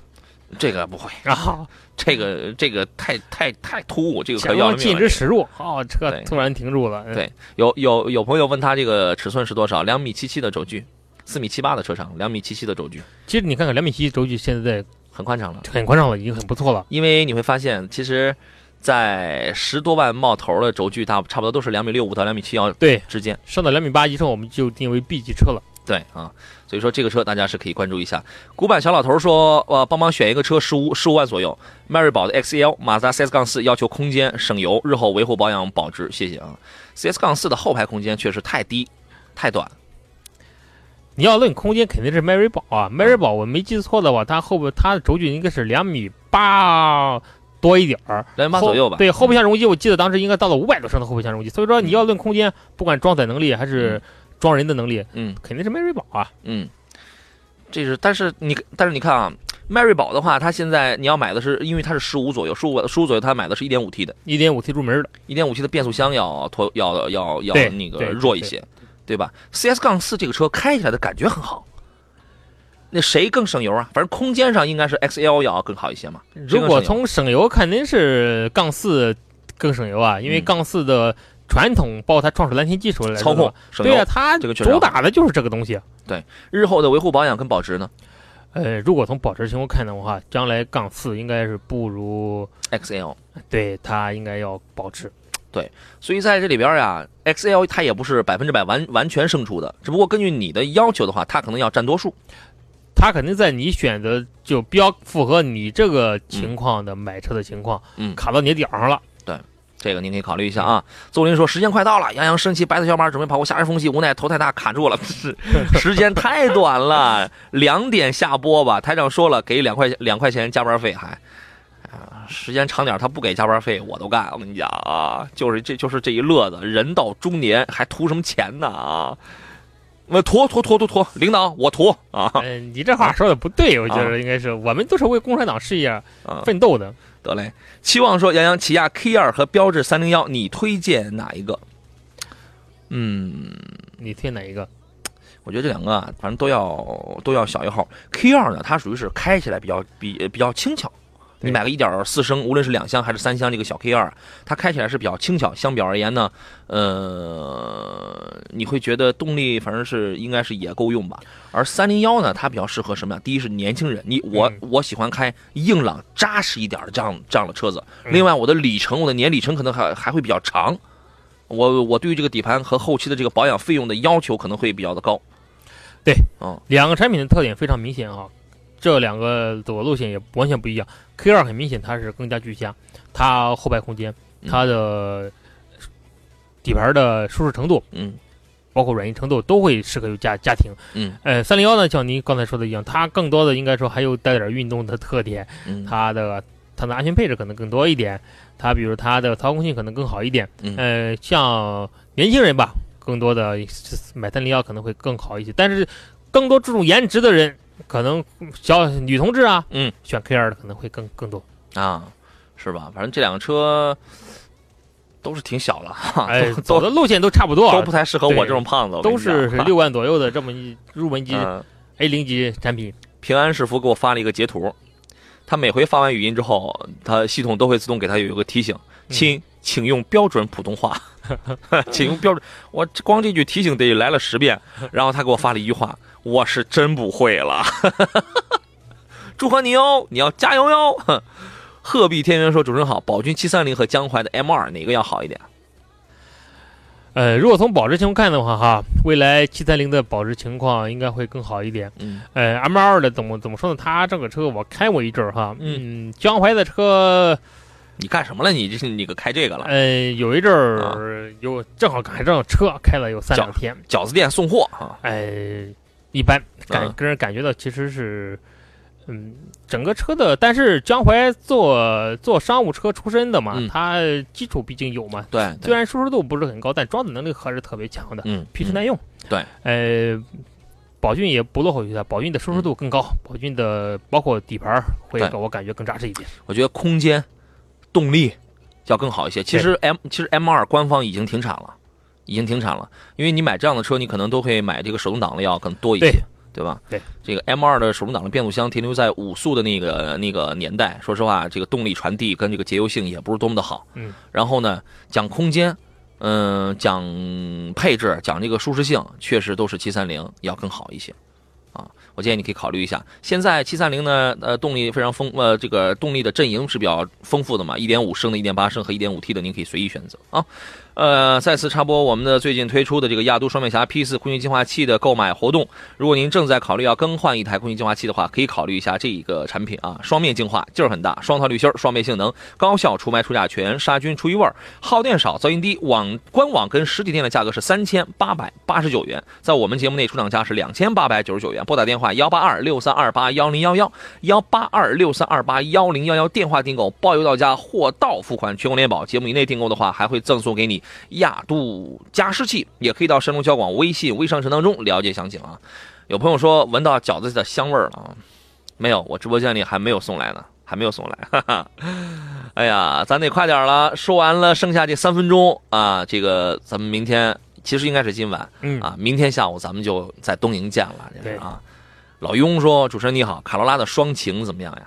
Speaker 2: 这个不会，
Speaker 3: 啊
Speaker 2: 这个这个太太太突兀，这个可
Speaker 3: 想
Speaker 2: 要了命
Speaker 3: 用
Speaker 2: 了
Speaker 3: 禁止驶入，哦，车
Speaker 2: 对
Speaker 3: 突然停住了。嗯
Speaker 2: 对有有有朋友问他这个尺寸是多少？两米七七的轴距，四米七八的车长，两米七七的轴距，
Speaker 3: 其实你看看两米七轴距现在
Speaker 2: 很宽敞了。
Speaker 3: 很宽敞了，已经很不错了。
Speaker 2: 因为你会发现，其实，在十多万冒头的轴距，大差不多都是两米六五到两米七幺
Speaker 3: 对，
Speaker 2: 之间。
Speaker 3: 上到两米八以上，我们就定为 B 级车了。
Speaker 2: 对啊，所以说这个车大家是可以关注一下。古板小老头说，呃，帮忙选一个车，十五十五万左右，迈锐宝的 XL，马自达 CS 杠四，要求空间省油，日后维护保养保值，谢谢啊。CS 杠四的后排空间确实太低，太短。
Speaker 3: 你要论空间，肯定是迈锐宝啊。
Speaker 2: 嗯
Speaker 3: 迈锐宝我没记错的话，它后边它的轴距应该是两米八多一点儿，
Speaker 2: 两米八左右吧。嗯
Speaker 3: 后对，后备箱容积我记得当时应该到了五百多升的后备箱容积，所以说你要论空间，不管装载能力还是装人的能力，
Speaker 2: 嗯，
Speaker 3: 肯定是迈锐宝啊。
Speaker 2: 嗯，这是，但是你但是你看啊，迈锐宝的话，它现在你要买的是，因为它是十五左右，十五十五左右，它买的是一点五 T 的，
Speaker 3: 一点五 T 入门的，
Speaker 2: 一点五 T 的变速箱要拖要要要
Speaker 3: 对
Speaker 2: 那个
Speaker 3: 对
Speaker 2: 弱一些，对吧？CS 杠四这个车开起来的感觉很好。那谁更省油啊？反正空间上应该是 XL 要更好一些嘛。谁嗯
Speaker 3: 如
Speaker 2: 更省油
Speaker 3: 果从省油，肯定是杠四更省油啊，因为
Speaker 2: 嗯
Speaker 3: 杠四的传统，包括它创始蓝天技术来说
Speaker 2: 操
Speaker 3: 的
Speaker 2: 控
Speaker 3: 话，
Speaker 2: 省
Speaker 3: 对
Speaker 2: 油，
Speaker 3: 啊，它
Speaker 2: 这个确实好
Speaker 3: 主打的就是这个东西。啊
Speaker 2: 日后的维护保养跟保值呢
Speaker 3: 呃，如果从保值情况看的话，将来杠四应该是不如
Speaker 2: ？XL，
Speaker 3: 对它应该要保值。
Speaker 2: 所以在这里边呀、x l 它也不是百分之百完完全胜出的，只不过根据你的要求的话，它可能要占多数。
Speaker 3: 它肯定在你选择就比较符合你这个情况的买车的情况，
Speaker 2: 嗯
Speaker 3: 卡到你的点儿上了。
Speaker 2: 这个您可以考虑一下啊。邹林说时间快到了，杨洋升起白色小马准备跑过吓人缝隙，无奈头太大卡住了， <laughs> 是时间太短了，两点下播吧。台长说了，给两块钱两块钱加班费，还。啊时间长点，他不给加班费，我都干。我跟你讲啊，就是这就是这一乐子，人到中年还图什么钱呢啊？我图图图图图，领导我图啊！
Speaker 3: 嗯、你这话说的不对，我觉
Speaker 2: 啊
Speaker 3: 得应该是、我们都是为共产党事业
Speaker 2: 啊
Speaker 3: 奋斗的。
Speaker 2: 得嘞，期望说杨洋起亚 K 二和标致三零幺，你推荐哪一个？嗯，
Speaker 3: 你推哪一个？
Speaker 2: 我觉得这两个啊，反正都要都要小一号。K 二呢，它属于是开起来比较比比较轻巧，
Speaker 3: 对
Speaker 2: 你买个一点四升，无论是两厢还是三厢这个小 K 二，它开起来是比较轻巧。相比而言呢，呃，你会觉得动力反正是应该是也够用吧。而三零幺呢，它比较适合什么呀？第一是年轻人，你我、
Speaker 3: 嗯
Speaker 2: 我喜欢开硬朗扎实一点儿这样这样的车子。
Speaker 3: 嗯
Speaker 2: 另外，我的里程，我的年里程可能还还会比较长。我我对于这个底盘和后期的这个保养费用的要求可能会比较的高。
Speaker 3: 两个产品的特点非常明显啊，这两个走的路线也完全不一样。Q 2很明显它是更加居家，它后排空间，
Speaker 2: 嗯
Speaker 3: 它的底盘的舒适程度，
Speaker 2: 嗯
Speaker 3: 包括软硬程度都会适合于家家庭。
Speaker 2: 嗯
Speaker 3: 呃，三零幺呢，像您刚才说的一样，它更多的应该说还有带点运动的特点，
Speaker 2: 嗯，
Speaker 3: 它的它的安全配置可能更多一点，它比如它的操控性可能更好一点。
Speaker 2: 嗯
Speaker 3: 呃，像年轻人吧，更多的买三零幺可能会更好一些，但是更多注重颜值的人，可能小女同志啊，
Speaker 2: 嗯，
Speaker 3: 选 K 二的可能会更更多。
Speaker 2: 啊，是吧？反正这两个车都是挺小了，哈，
Speaker 3: 哎，
Speaker 2: 啊 <laughs> 都
Speaker 3: 走的路线都差不多啊，
Speaker 2: 都不太适合我这种胖子。我跟
Speaker 3: 都
Speaker 2: 你讲
Speaker 3: 是六万左右的这么一入门
Speaker 2: <laughs>
Speaker 3: 级
Speaker 2: 嗯
Speaker 3: A 零级产品。
Speaker 2: 平安是福给我发了一个截图，他每回发完语音之后，他系统都会自动给他有一个提醒，
Speaker 3: 嗯
Speaker 2: 亲，请用标准普通话， <laughs> 请用标准。我这光这句提醒得来了十
Speaker 3: <laughs>
Speaker 2: 遍，然后他给我发了一句话，我是真不会了。 <laughs> 祝贺你哟，你要加油哟！ <laughs> 哼鹤壁天元说：“主持人好，宝骏730和江淮的 M2 哪个要好一点
Speaker 3: 呃，如果从保值情况看的话，哈，未来七三零的保值情况应该会更好一点。？”
Speaker 2: 嗯
Speaker 3: 呃，M 二的怎么怎么说呢？它这个车我开过一阵儿哈，
Speaker 2: 嗯
Speaker 3: 嗯，江淮的车，
Speaker 2: 你干什么了？你这你个开这个了？
Speaker 3: 呃，有一阵
Speaker 2: 啊
Speaker 3: 儿有正好赶上车开了有三两天，
Speaker 2: 饺子店送货啊！
Speaker 3: 呃，一般感
Speaker 2: 嗯
Speaker 3: 跟人感觉到其实是，嗯，整个车的，但是江淮做做商务车出身的嘛，
Speaker 2: 嗯
Speaker 3: 它基础毕竟有嘛，
Speaker 2: 对，对
Speaker 3: 虽然舒适度不是很高，但装载能力还是特别强的。
Speaker 2: 嗯，
Speaker 3: 皮实
Speaker 2: 嗯
Speaker 3: 耐用。
Speaker 2: 对，
Speaker 3: 呃，宝骏也不落后于它，宝骏的舒适度更高，宝骏的包括底盘儿会
Speaker 2: 嗯对
Speaker 3: 给我感觉更扎实一点。
Speaker 2: 我觉得空间、动力要更好一些。其实 M 其实 M 二官方已经停产了，已经停产了，因为你买这样的车，你可能都会买这个手动挡的要更多一些
Speaker 3: 对。
Speaker 2: 对吧？
Speaker 3: 对，
Speaker 2: 这个 M 二的手动挡的变速箱停留在五速的那个那个年代，说实话，这个动力传递跟这个节油性也不是多么的好。
Speaker 3: 嗯，
Speaker 2: 然后呢，讲空间，嗯、讲配置，讲这个舒适性，确实都是七三零要更好一些。啊，我建议你可以考虑一下。现在七三零呢，呃，动力非常丰，呃，这个动力的阵营是比较丰富的嘛，一点五升的、一点八升和一点五 T 的，您可以随意选择啊。呃，再次插播我们的最近推出的这个亚都双面侠 P 四空气净化器的购买活动。如果您正在考虑要更换一台空气净化器的话，可以考虑一下这一个产品啊，双面净化，劲儿很大，双套滤芯儿，双倍性能，高效除霾除甲醛，杀菌除异味儿，耗电少，噪音低。网官网跟实体店的价格是三千八百八十九元，在我们节目内出厂价是两千八百九十九元。拨打电话幺八二六三二八幺零幺幺幺八二六三二八幺零幺幺电话订购，包邮到家，货到付款，全国联保。节目以内订购的话，还会赠送给你亚度加湿器，也可以到山东交广微信、微商城当中了解详情啊。有朋友说闻到饺子的香味儿了啊，没有，我直播间里还没有送来呢，还没有送来。哈哈。哎呀，咱得快点儿了，说完了，剩下这三分钟啊，这个咱们明天其实应该是今晚
Speaker 3: 嗯，
Speaker 2: 啊，明天下午咱们就在东营见了，这
Speaker 3: 对
Speaker 2: 是啊。老庸说：“主持人你好，卡罗拉的双擎怎么样呀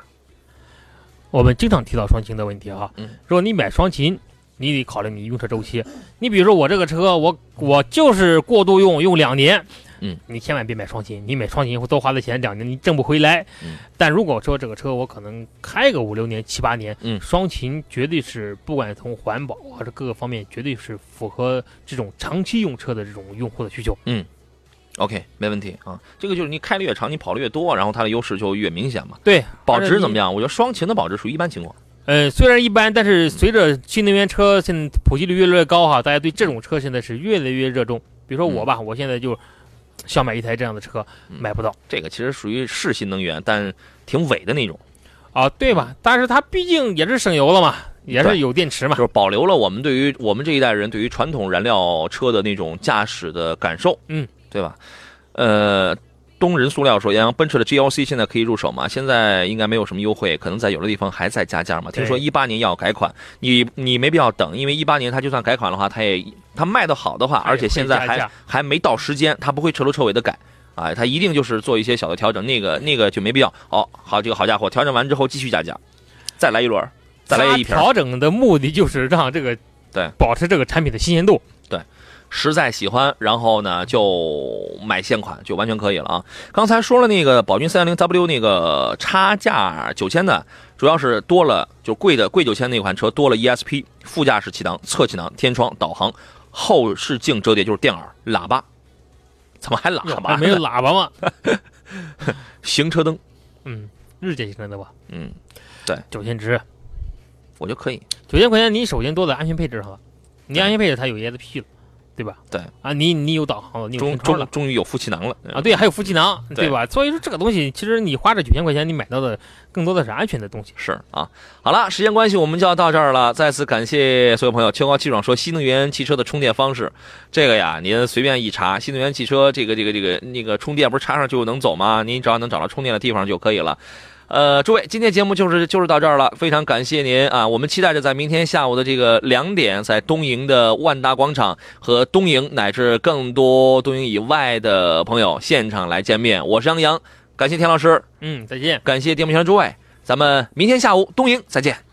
Speaker 3: 我们经常提到双擎的问题哈。
Speaker 2: 嗯
Speaker 3: 如果你买双擎，你得考虑你用车周期。你比如说我这个车，我我就是过度用，用两年。
Speaker 2: 嗯，
Speaker 3: 你千万别买双擎，你买双擎多花的钱两年你挣不回来。
Speaker 2: 嗯
Speaker 3: 但如果说这个车我可能开个五六年、七八年，
Speaker 2: 嗯
Speaker 3: 双擎绝对是不管从环保还是各个方面，绝对是符合这种长期用车的这种用户的需求。
Speaker 2: ？”OK，没问题啊。这个就是你开的越长，你跑的越多，然后它的优势就越明显嘛。
Speaker 3: 对，
Speaker 2: 保值怎么样？我觉得双擎的保值属于一般情况。
Speaker 3: 呃，虽然一般，但是随着新能源车现在普及率越来越高哈，大家对这种车现在是越来越热衷。比如说我吧，我现在就想买一台这样的车，
Speaker 2: 嗯
Speaker 3: 买不到
Speaker 2: 这个其实属于是新能源，但挺伪的那种，
Speaker 3: 啊，对吧？但是它毕竟也是省油了嘛，也
Speaker 2: 对
Speaker 3: 是有电池嘛
Speaker 2: 就。是保留了我们对于我们这一代人对于传统燃料车的那种驾驶的感受，
Speaker 3: 嗯，
Speaker 2: 对吧？呃，东人塑料说，杨洋，奔驰的 GLC 现在可以入手吗？现在应该没有什么优惠，可能在有的地方还在加价嘛。
Speaker 3: 对
Speaker 2: 听说一八年要改款，你你没必要等，因为一八年它就算改款的话，它也它卖的好的话，
Speaker 3: 它也
Speaker 2: 而且现在
Speaker 3: 会加
Speaker 2: 还
Speaker 3: 价
Speaker 2: 还没到时间，它不会彻头彻尾的改。啊，它一定就是做一些小的调整，那个那个就没必要。好、好，这个好家伙，调整完之后继续加价，再来一轮，再来
Speaker 3: 它
Speaker 2: 一瓶，
Speaker 3: 调整的目的就是让这个
Speaker 2: 对
Speaker 3: 保持这个产品的新鲜度。
Speaker 2: 实在喜欢，然后呢就买现款，就完全可以了啊。刚才说了那个宝骏三幺零 W 那个差价九千的，主要是多了，就贵的贵九千那款车多了 ESP，副驾驶气囊、侧气囊、天窗、导航、后视镜折叠，就是电耳、喇叭，怎么还喇
Speaker 3: 哟
Speaker 2: 叭
Speaker 3: 没有
Speaker 2: 呢？
Speaker 3: 喇
Speaker 2: <laughs>
Speaker 3: 叭吗？
Speaker 2: 行车灯，
Speaker 3: 嗯，日间型的吧，
Speaker 2: 嗯，
Speaker 3: 九千值，
Speaker 2: 我觉得可以。
Speaker 3: 九千块钱你首先多在安全配置上了，你安全配置它有 ESP 了，对吧？
Speaker 2: 对
Speaker 3: 啊，你你有导航了，你有
Speaker 2: 终
Speaker 3: 天窗
Speaker 2: 终
Speaker 3: 了。
Speaker 2: 终于有副气囊了嗯
Speaker 3: 啊，，对，还有副气囊，
Speaker 2: 对
Speaker 3: 对吧？所以说这个东西，其实你花这九千块钱，你买到的更多的是安全的东西。
Speaker 2: 是啊，好了，时间关系，我们就要到这儿了。再次感谢所有朋友。秋高气爽说，新能源汽车的充电方式，这个呀，您随便一查，新能源汽车这个这个这个那个充电不是插上就能走吗？您只要能找到充电的地方就可以了。呃，诸位，今天节目就是就是到这儿了，非常感谢您啊！我们期待着在明天下午的这个两点，在东营的万达广场和东营乃至更多东营以外的朋友现场来见面。我是杨洋，感谢田老师，
Speaker 3: 嗯，再见。
Speaker 2: 感谢电幕前的诸位，咱们明天下午东营再见。